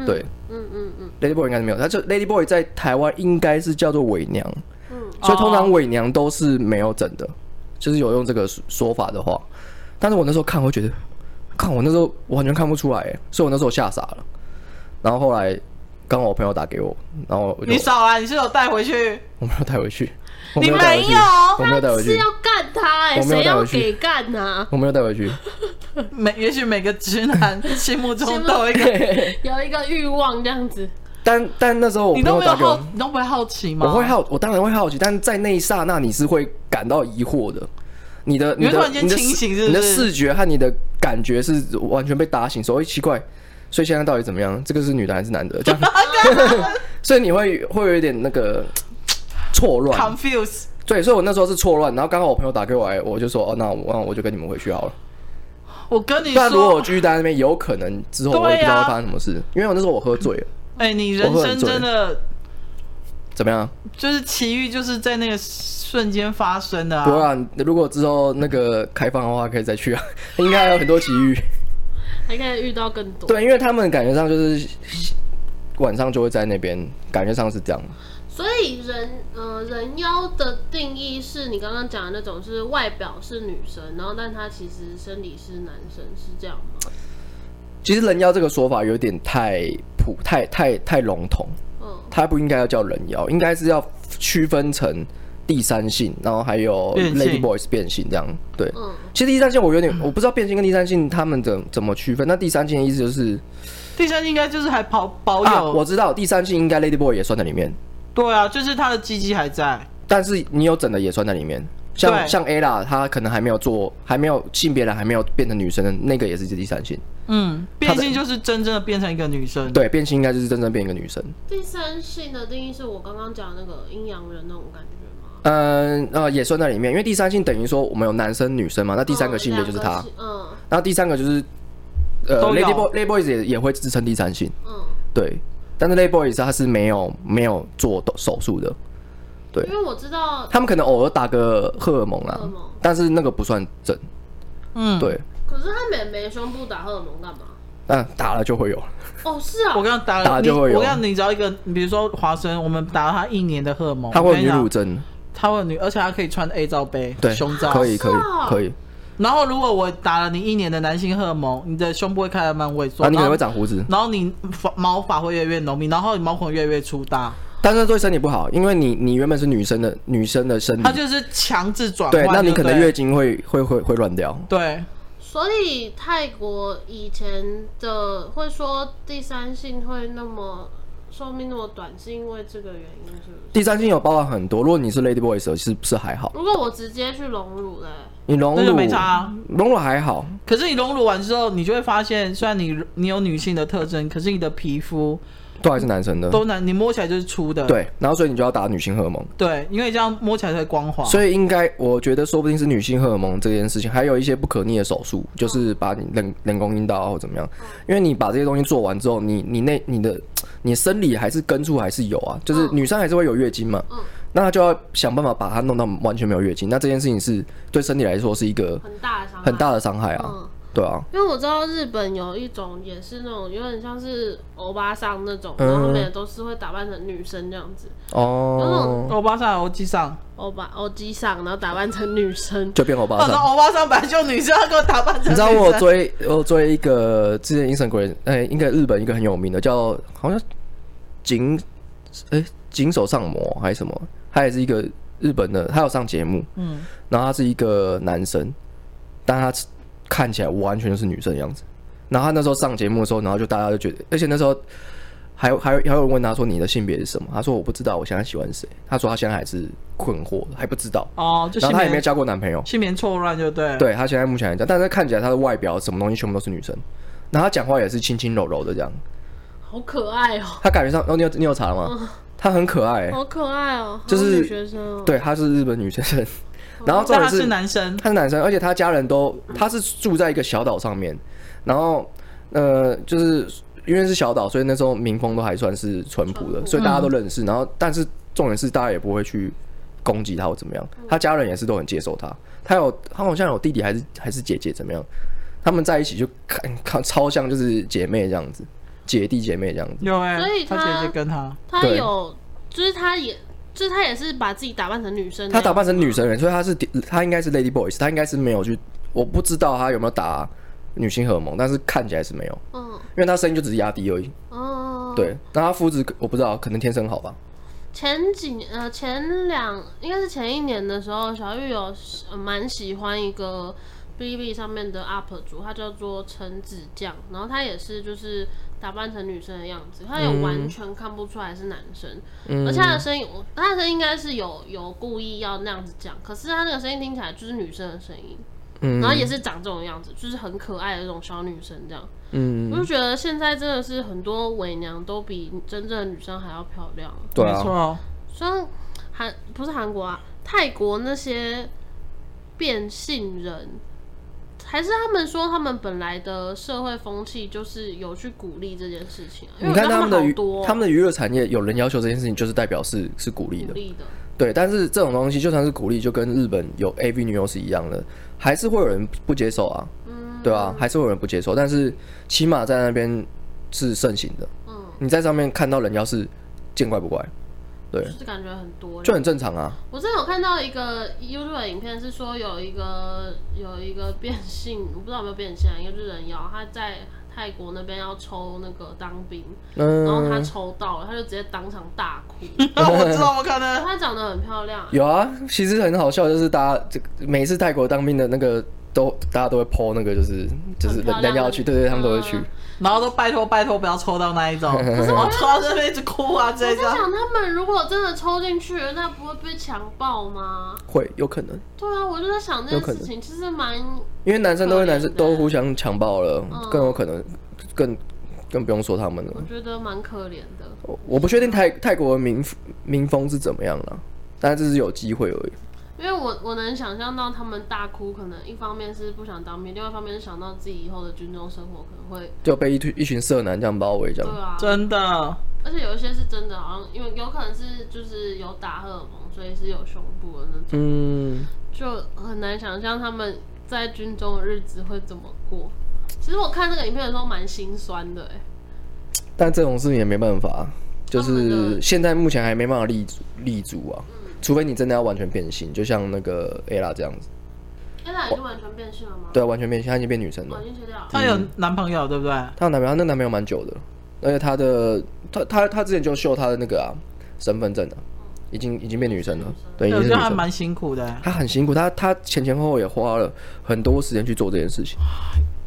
Speaker 4: 对
Speaker 1: 嗯嗯嗯，
Speaker 4: ，Lady Boy 应该是没有，他就 Lady Boy 在台湾应该是叫做伪娘，
Speaker 1: 嗯
Speaker 4: 所以通
Speaker 2: 哦
Speaker 4: 常伪娘都是没有整的，就是有用这个说法的话，但是我那时候看，我会觉得，看我那时候我完全看不出来欸，所以我那时候吓傻了。然后后来刚好我朋友打给我，然后我就
Speaker 2: 你少来，你是有带回去，
Speaker 4: 我没有带 回去，我
Speaker 2: 你
Speaker 4: 没有带回去
Speaker 2: 没有，
Speaker 4: 我没有带回
Speaker 1: 是
Speaker 4: 去
Speaker 1: 啊要，
Speaker 2: 哦
Speaker 1: 干他哎、
Speaker 4: 我没有
Speaker 1: 谁
Speaker 4: 带
Speaker 1: 要
Speaker 4: 回去
Speaker 1: 给干呢、
Speaker 4: 我没有带回去，
Speaker 2: 每也许每个直男 心目中
Speaker 1: 心目
Speaker 2: 都有一个，
Speaker 1: 有一个欲望这样子，
Speaker 4: 但但那时 候我
Speaker 2: 你
Speaker 4: 朋
Speaker 2: 都
Speaker 4: 友
Speaker 2: 没有
Speaker 4: 打给
Speaker 2: 好
Speaker 4: 我，，
Speaker 2: 你都不会好奇吗？
Speaker 4: 我会，好，我当然会好奇，但在那一刹那你是会感到疑惑的。你的
Speaker 2: 你
Speaker 4: 你
Speaker 2: 会
Speaker 4: 的
Speaker 2: 突然间
Speaker 4: 你的
Speaker 2: 清醒
Speaker 4: 视
Speaker 2: 是不
Speaker 4: 你的
Speaker 2: 是
Speaker 4: 视觉和你的感觉是完全被打醒，说哎奇怪，所以现在到底怎么样？这个是女的还是男 的？这样，
Speaker 2: 啊
Speaker 4: 所以你会会有一点那个 错乱
Speaker 2: confuse，
Speaker 4: 对，所以我那时候是错乱，然后刚好我朋友打给我来，我就说哦，那我那我就跟你们回去好了。
Speaker 2: 我跟你
Speaker 4: 啊但如果我
Speaker 2: 说，
Speaker 4: 继续待在那边，有可能之后我也不知道会发生什么事，因为我那时候我喝 醉了，
Speaker 2: 哎，你人
Speaker 4: 我会
Speaker 2: 生
Speaker 4: 很醉
Speaker 2: 真的
Speaker 4: 怎么样？
Speaker 2: 就是奇遇，就是在那个瞬间发生的
Speaker 4: 不会
Speaker 2: 啊。
Speaker 4: 啊，如果之后那个开放的话，可以再 去啊，应该还有很多奇遇。
Speaker 1: 还可以遇到更多。
Speaker 4: 对，因为他们感觉上就是晚上就会在那边，感觉上是这样。
Speaker 1: 所以人呃人妖的定义是你刚刚讲的那种，是外表是女生，然后但她其实生理是男生，是这样吗？
Speaker 4: 其实人妖这个说法有点太普、太太太笼统，
Speaker 1: 嗯，
Speaker 4: 它不应该要叫人妖，应该是要区分成第三性，然后还有
Speaker 2: 变性
Speaker 4: Lady Boys 变性这样。对，
Speaker 1: 嗯
Speaker 4: 其实第三性我有点我不知道变性跟第三性他们怎怎么区分。那第三性的意思就是
Speaker 2: 第三应该就是还保保
Speaker 4: 啊，
Speaker 2: 哦有，
Speaker 4: 我知道第三性应该 Lady Boy 也算在里面，
Speaker 2: 对啊，就是他的鸡鸡还在，
Speaker 4: 但是你有整的也算在里面。
Speaker 2: 对
Speaker 4: 像像 A 啦，她可能还没有做，还没有性别的还没有变成女生的那个也是第三性。
Speaker 2: 嗯，变
Speaker 4: 他的
Speaker 2: 性就是真正的变成一个女生，，
Speaker 4: 对，变性应该就是真正变一个女生。
Speaker 1: 第三性的定义是我刚刚讲的那个阴阳人那种感觉吗？
Speaker 4: 嗯呃，也算在里面，因为第三性等于说我们有男生女生嘛，那第三个性别就是她，
Speaker 1: 嗯
Speaker 4: 然后第三个就是呃
Speaker 2: 都有
Speaker 4: ，Lady Boy Lady Boys 也也会自称第三性，
Speaker 1: 嗯，
Speaker 4: 对，但是 Lady Boys 她是没有没有做手术的，对
Speaker 1: 因为我知道，
Speaker 4: 他们可能偶尔打个荷尔蒙
Speaker 1: 荷
Speaker 4: 啊
Speaker 1: 尔蒙，
Speaker 4: 但是那个不算整，
Speaker 2: 嗯，
Speaker 4: 对，
Speaker 1: 可是她美眉胸部打荷尔蒙干嘛？
Speaker 4: 那打了就会有了，
Speaker 1: 哦，是啊
Speaker 2: 我，刚刚打了
Speaker 4: 打就会
Speaker 2: 你
Speaker 4: 有
Speaker 2: 我刚刚你只要一个，比如说华生，我们打了他一年的荷尔蒙，
Speaker 4: 它会有
Speaker 2: 我跟
Speaker 4: 女
Speaker 2: 你讲
Speaker 4: 乳，症，
Speaker 2: 他会有女，而且他可以穿 A 罩杯，
Speaker 4: 对，
Speaker 2: 胸罩
Speaker 4: 可以可以
Speaker 1: 啊
Speaker 4: 可以，
Speaker 2: 然后如果我打了你一年的男性荷尔蒙，你的胸部会开始慢慢萎缩，
Speaker 4: 啊，你可能会
Speaker 2: 然后，
Speaker 4: 长胡子，
Speaker 2: 然后你发毛发会越来越浓密，然后你毛孔越来越粗大，
Speaker 4: 但是对身体不好，因为你你原本是女生的女生的身体
Speaker 2: 它，就是强制转换
Speaker 4: 嗯对
Speaker 2: 就，对，
Speaker 4: 那你可能月经会会会会乱掉，
Speaker 2: 对，
Speaker 1: 所以泰国以前的会说第三性会那么寿命那么短，是因为这个原因，是不是？
Speaker 4: 第三性有包含很多，如果你是 Lady Boys 的是是还好，
Speaker 1: 如果我直接去隆乳嘞，
Speaker 4: 你隆
Speaker 2: 那就
Speaker 4: 乳
Speaker 2: 没差啊
Speaker 4: 隆乳还好，
Speaker 2: 可是你隆乳完之后，你就会发现，虽然你你有女性的特征，可是你的皮肤
Speaker 4: 都还是男生的，
Speaker 2: 都难，你摸起来就是粗的。
Speaker 4: 对，然后所以你就要打女性荷尔蒙，
Speaker 2: 对，因为这样摸起来才光滑。
Speaker 4: 所以应该我觉得说不定是女性荷尔蒙这件事情，还有一些不可逆的手术，就是把你人人工阴道啊或怎么样，因为你把这些东西做完之后，你你那你的你的生理还是根处还是有啊，就是女生还是会有月经嘛，那她就要想办法把它弄到完全没有月经，那这件事情是对身体来说是一个
Speaker 1: 很大的伤害，
Speaker 4: 很大的伤害啊，
Speaker 1: 嗯，
Speaker 4: 对啊，
Speaker 1: 因为我知道日本有一种也是那种有点像是欧巴桑那种，
Speaker 4: 嗯
Speaker 1: 然后他们也都是会打扮成女生这样子，
Speaker 4: 哦，
Speaker 2: 欧巴桑、欧基桑，
Speaker 1: 欧巴欧基上，然后打扮成女生。
Speaker 4: 就变欧巴
Speaker 2: 他说
Speaker 4: 桑。
Speaker 2: 哦欧巴桑本来就女生，他给我打扮成女生
Speaker 4: 你知道我有追我有追一个之前 Instagram 哎、一个日本一个很有名的叫好像井哎、井手上模还是什么，他也是一个日本的，他有上节目，
Speaker 2: 嗯，
Speaker 4: 然后他是一个男生，但他看起来完全就是女生的样子。然后他那时候上节目的时候，然后就大家就觉得，而且那时候还有还有还有人问他说你的性别是什么？他说我不知道，我现在喜欢谁？他说他现在还是困惑，还不知道。
Speaker 2: 哦，就
Speaker 4: 然
Speaker 2: 性
Speaker 4: 后他也没
Speaker 2: 别
Speaker 4: 有交过男朋友，
Speaker 2: 性别错乱就对，，
Speaker 4: 对他现在目前来讲，但是看起来他的外表什么东西全部都是女生，然后他讲话也是轻轻柔柔的这样，
Speaker 1: 好可爱哦、
Speaker 4: 他感觉上哦，你有你有查了
Speaker 2: 嗯
Speaker 4: 吗？他很可爱、欸，
Speaker 1: 好可爱哦、
Speaker 4: 就
Speaker 1: 好
Speaker 4: 是
Speaker 1: 女学生哦、
Speaker 4: 对，他是日本女生，然后重
Speaker 2: 但他
Speaker 4: 点
Speaker 2: 是
Speaker 4: 是
Speaker 2: 男生，
Speaker 4: 他是男生，而且他家人都他是住在一个小岛上面，然后呃，就是因为是小岛，所以那时候民风都还算是淳朴
Speaker 1: 淳
Speaker 4: 的，
Speaker 1: 朴
Speaker 4: 所以大家都认识。然后，但是重点是大家也不会去攻击他或怎么样，他家人也是都很接受他。他有他好像有弟弟还是还是姐姐怎么样？他们在一起就看看超像就是姐妹这样子，姐弟姐妹这样子。
Speaker 2: 有哎、
Speaker 1: 所以
Speaker 2: 他
Speaker 1: 他
Speaker 2: 姐姐跟他，
Speaker 1: 他
Speaker 4: 对
Speaker 1: 有，就是他也，就是他也是把自己打扮成女生的
Speaker 4: 他
Speaker 1: 样子，
Speaker 4: 打扮成女生人，所以他是他应该是 Lady Boys，他应该是没有去，我不知道他有没有打女性荷尔蒙，但是看起来是没有。
Speaker 1: 嗯
Speaker 4: 因为他声音就只是压低而已。
Speaker 1: 嗯，
Speaker 4: 对，那他肤质可我不知道，可能天生好吧。
Speaker 1: 前几呃前两应该是前一年的时候，小玉有呃蛮、喜欢一个 B B 上面的 UP 主，他叫做陈子酱，然后他也是就是打扮成女生的样子，他也完全看不出来是男生，
Speaker 4: 嗯
Speaker 1: 而且他的声音，我他的声音应该是有有故意要那样子讲，可是他那个声音听起来就是女生的声音，
Speaker 4: 嗯
Speaker 1: 然后也是长这种样子，就是很可爱的那种小女生这样，
Speaker 4: 嗯，
Speaker 1: 我就觉得现在真的是很多伪娘都比真正的女生还要漂亮。
Speaker 4: 对
Speaker 2: 没
Speaker 4: 啊
Speaker 2: 错， 哦，
Speaker 1: 像韩不是韩国啊，泰国那些变性人，还是他们说他们本来的社会风气就是有去鼓励这件事情、啊，因为我
Speaker 4: 你
Speaker 1: 觉
Speaker 4: 看
Speaker 1: 得
Speaker 4: 他
Speaker 1: 他
Speaker 4: 们的
Speaker 1: 好
Speaker 4: 娱
Speaker 1: 多
Speaker 4: 他们的娱乐产业有人要求这件事情，就是代表是是鼓励
Speaker 1: 鼓
Speaker 4: 的。
Speaker 1: 励的，
Speaker 4: 对，但是这种东西就算是鼓励，就跟日本有 AV 女优是一样的，还是会有人不接受啊，
Speaker 1: 嗯，
Speaker 4: 对啊，还是会有人不接受。但是起码在那边是盛行的，
Speaker 1: 嗯，
Speaker 4: 你在上面看到人妖是见怪不怪，对
Speaker 1: 就，是感觉很多。
Speaker 4: 就很正常啊。
Speaker 1: 我之前有看到一个 YouTube 的影片，是说有一个有一个变性，我不知道有没有变性啊，一个日人妖，他在泰国那边要抽那个当兵，然后他
Speaker 4: 嗯，
Speaker 1: 抽到了，他就直接当场大 哭。
Speaker 2: 我知道我可能
Speaker 1: 她长得很漂亮啊、
Speaker 4: 有啊，其实很好笑，就是大家这个每次泰国当兵的那个都大家都会 PO 那个，就是就是
Speaker 1: 很漂
Speaker 4: 人
Speaker 1: 亮
Speaker 4: 人要去，对对，他们都会去
Speaker 1: 嗯。
Speaker 2: 然后都拜托拜托不要抽到那 一种，哦然后抽到这边一直哭啊这
Speaker 1: 我
Speaker 2: 一
Speaker 1: 在
Speaker 2: 张，
Speaker 1: 想，他们如果真的抽进去了，那不会被强暴吗？
Speaker 4: 会有可能，
Speaker 1: 对啊，我就在想这
Speaker 4: 有可
Speaker 1: 件
Speaker 4: 能
Speaker 1: 事情，其实蛮……
Speaker 4: 因为男生都会
Speaker 1: 可怜
Speaker 4: 男生
Speaker 1: 的
Speaker 4: 都互相强暴了，
Speaker 1: 嗯
Speaker 4: 更有可能，更更不用说他们了
Speaker 1: 我。觉得蛮可怜的。
Speaker 4: 我我不确定泰泰国的民民风是怎么样了，但是这是有机会而已。
Speaker 1: 因为我我能想象到他们大哭，可能一方面是不想当兵，另外一方面是想到自己以后的军中生活可能会……
Speaker 4: 就被一群一群色男这样包围，这
Speaker 1: 对
Speaker 4: 样
Speaker 1: 啊，
Speaker 2: 真的，
Speaker 1: 而且有一些是真的，好像因为有可能是就是有打荷尔蒙，所以是有胸部的那种，
Speaker 4: 嗯，
Speaker 1: 就很难想象他们在军中的日子会怎么过。其实我看那个影片的时候蛮心酸的、欸，
Speaker 4: 但这种事情也没办法，啊就
Speaker 1: 他们
Speaker 4: 是
Speaker 1: 的
Speaker 4: 现在目前还没办法立足立足啊，
Speaker 2: 嗯
Speaker 4: 除非你真的要完全变性，就像那个 ella 这样子，
Speaker 1: 哎，那已经完全变性了吗？
Speaker 4: 对啊，完全变性，她已经变女生
Speaker 1: 我
Speaker 4: 了
Speaker 1: 哦已。经切掉了。
Speaker 2: 她
Speaker 4: 嗯
Speaker 2: 有男朋友对不对？
Speaker 4: 她有男朋友，她那男朋友蛮久的，而且她的她她她之前就秀她的那个啊身份
Speaker 2: 嗯
Speaker 4: 证啊，已经已经变女生了，对，已
Speaker 2: 对，
Speaker 4: 经
Speaker 2: 我
Speaker 4: 是
Speaker 2: 觉
Speaker 4: 女
Speaker 2: 得还
Speaker 4: 生。
Speaker 2: 蛮辛苦的欸，
Speaker 4: 她很辛苦，她她前前后后也花了很多时间去做这件事情。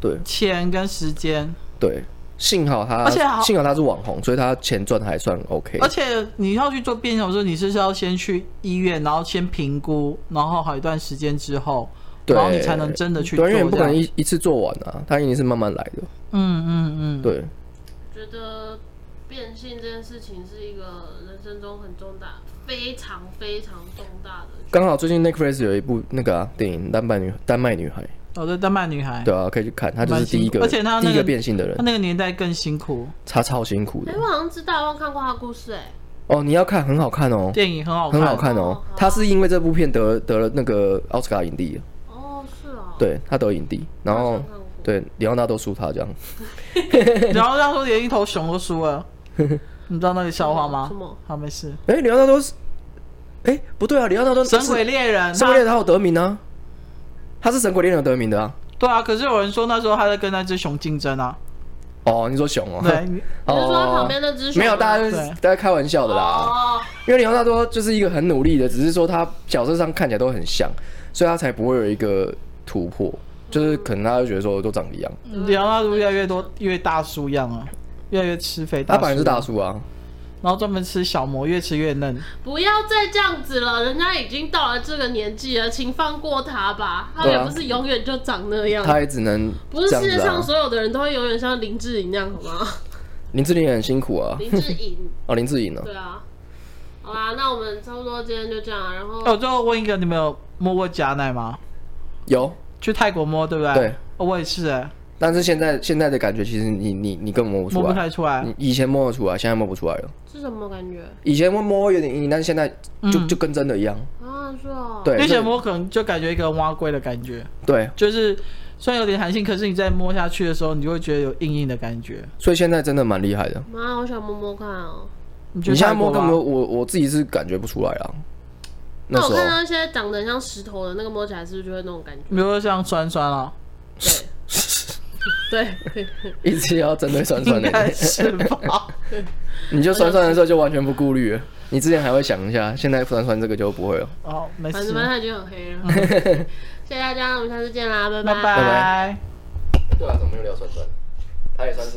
Speaker 4: 对
Speaker 2: 钱跟时间，
Speaker 4: 对，幸好她，
Speaker 2: 而且好
Speaker 4: 幸好她是网红，所以她钱赚的还算 OK。
Speaker 2: 而且你要去做变性手术，你是不是要先去医院，然后先评估，然后好一段时间之后，
Speaker 4: 对，
Speaker 2: 然后你才能真的去做
Speaker 4: 对，
Speaker 2: 这
Speaker 4: 因为
Speaker 2: 样。
Speaker 4: 你不可能一一次做完啊，它一定是慢慢来的。
Speaker 2: 嗯嗯嗯，
Speaker 4: 对，
Speaker 1: 觉得变性这件事情是一个人生中很重大、非常非常重大的决定。
Speaker 4: 刚好最近 Netflix 有一部那个、啊、电影《丹麦女丹麦女孩》，
Speaker 2: 我的丹麦女孩，
Speaker 4: 对啊，可以去看，她就是第一
Speaker 2: 哎蛮辛
Speaker 4: 个，
Speaker 2: 苦而且她那个
Speaker 4: 第一个变性的人
Speaker 2: 她，那个年代更辛苦，
Speaker 4: 她超辛苦的
Speaker 1: 哎、。我好像知道，我好像看过他的故事、哎，
Speaker 4: 哦，你要看，很好看哦，
Speaker 2: 电影很好看，
Speaker 4: 很好看哦
Speaker 1: 哦。好
Speaker 4: 她是因为这部片得得了那个奥斯卡影帝，啊
Speaker 1: 哦，是哦，，
Speaker 4: 对她得影帝，然后
Speaker 2: 嗯
Speaker 1: 看过。
Speaker 4: 对，里奥纳都输他这样。
Speaker 2: 然后他说连一头熊都输 了，你知道那个笑话吗
Speaker 1: 什么？
Speaker 2: 好，没事。
Speaker 4: 哎、里奥纳都是，哎、不对啊，里奥纳都
Speaker 2: 神鬼猎人，
Speaker 4: 神鬼猎
Speaker 2: 他
Speaker 4: 人他有得名啊，他是神鬼猎人有得名的啊。
Speaker 2: 对啊，可是有人说那时候他在跟那只熊竞争啊。
Speaker 4: 哦，你说熊哦？
Speaker 2: 对，你
Speaker 1: 你是说他
Speaker 4: 哦
Speaker 1: 旁边那只熊吗？
Speaker 4: 没有，大家都是
Speaker 2: 对
Speaker 4: 大家开玩笑的啦。
Speaker 1: 哦，
Speaker 4: 因为里奥纳多就是一个很努力的，只是说他角色上看起来都很像，所以他才不会有一个突破。就是可能大家就觉得说都长得一样，
Speaker 1: 嗯
Speaker 2: 里奥纳多越来越多，越大叔样啊，越来越吃肥大
Speaker 4: 他
Speaker 2: 叔。
Speaker 4: 本来是大，叔啊，
Speaker 2: 然后专门吃小魔，越吃越嫩。
Speaker 1: 不要再这样子了，人家已经到了这个年纪了，请放过他吧。他
Speaker 4: 对
Speaker 1: 也
Speaker 4: 啊
Speaker 1: 不是永远就长那样，
Speaker 4: 他也只能
Speaker 1: 不是
Speaker 4: 这样
Speaker 1: 世界
Speaker 4: 子
Speaker 1: 上
Speaker 4: 啊。
Speaker 1: 所有的人都会永远像林志颖那样，好吗？
Speaker 4: 林志玲也很辛苦啊，
Speaker 1: 林志 颖，
Speaker 4: 哦，林志颖呢？
Speaker 1: 对啊。好啦，那我们差不多今天就这样啊，然后
Speaker 4: 哦
Speaker 2: 哎，我最后问一个，你们有摸过假奶吗？
Speaker 4: 有，
Speaker 2: 去泰国摸，对不对？
Speaker 4: 对
Speaker 2: 哦，我也是，哎，
Speaker 4: 但是现在现在的感觉，其实你你你根本摸
Speaker 2: 摸
Speaker 4: 不出
Speaker 2: 不
Speaker 4: 来，
Speaker 2: 太出来。
Speaker 4: 你以前摸得出来，现在摸不出来了。
Speaker 1: 是什么感觉
Speaker 4: 以前摸摸会有点硬，但是现在就
Speaker 2: 嗯
Speaker 4: 就跟真的一样。
Speaker 1: 啊？是哦，
Speaker 4: 对，
Speaker 2: 而
Speaker 4: 所
Speaker 2: 且
Speaker 4: 以
Speaker 2: 摸可能就感觉一个蛙龟的感觉，
Speaker 4: 对，
Speaker 2: 就是虽然有点弹性，可是你在摸下去的时候，你就会觉得有硬硬的感觉。
Speaker 4: 所以现在真的蛮厉害的。
Speaker 1: 妈，我想摸摸看哦。
Speaker 2: 你觉得
Speaker 4: 你现在
Speaker 2: 泰国
Speaker 4: 摸根
Speaker 2: 吧
Speaker 4: 本我我自己是感觉不出来啊。
Speaker 1: 那
Speaker 4: 时
Speaker 1: 我
Speaker 4: 候
Speaker 1: 看到现在长得很像石头的那个，摸起来是不是就会那种感觉？
Speaker 2: 比如说像酸酸啊，
Speaker 1: 对，对，
Speaker 4: 一直要针对酸酸
Speaker 2: 应该
Speaker 4: 的，
Speaker 2: 是吧？
Speaker 4: 你就酸酸的时候就完全不顾虑了。你之前还会想一下，现在酸酸这个就不会了。
Speaker 2: 哦，没
Speaker 1: 反
Speaker 2: 事
Speaker 1: 正，它已经很黑 了。谢谢大家，我们下次见啦，
Speaker 2: 拜
Speaker 1: 拜
Speaker 2: 拜。
Speaker 4: 对啊，怎么没有聊酸酸？他也算是。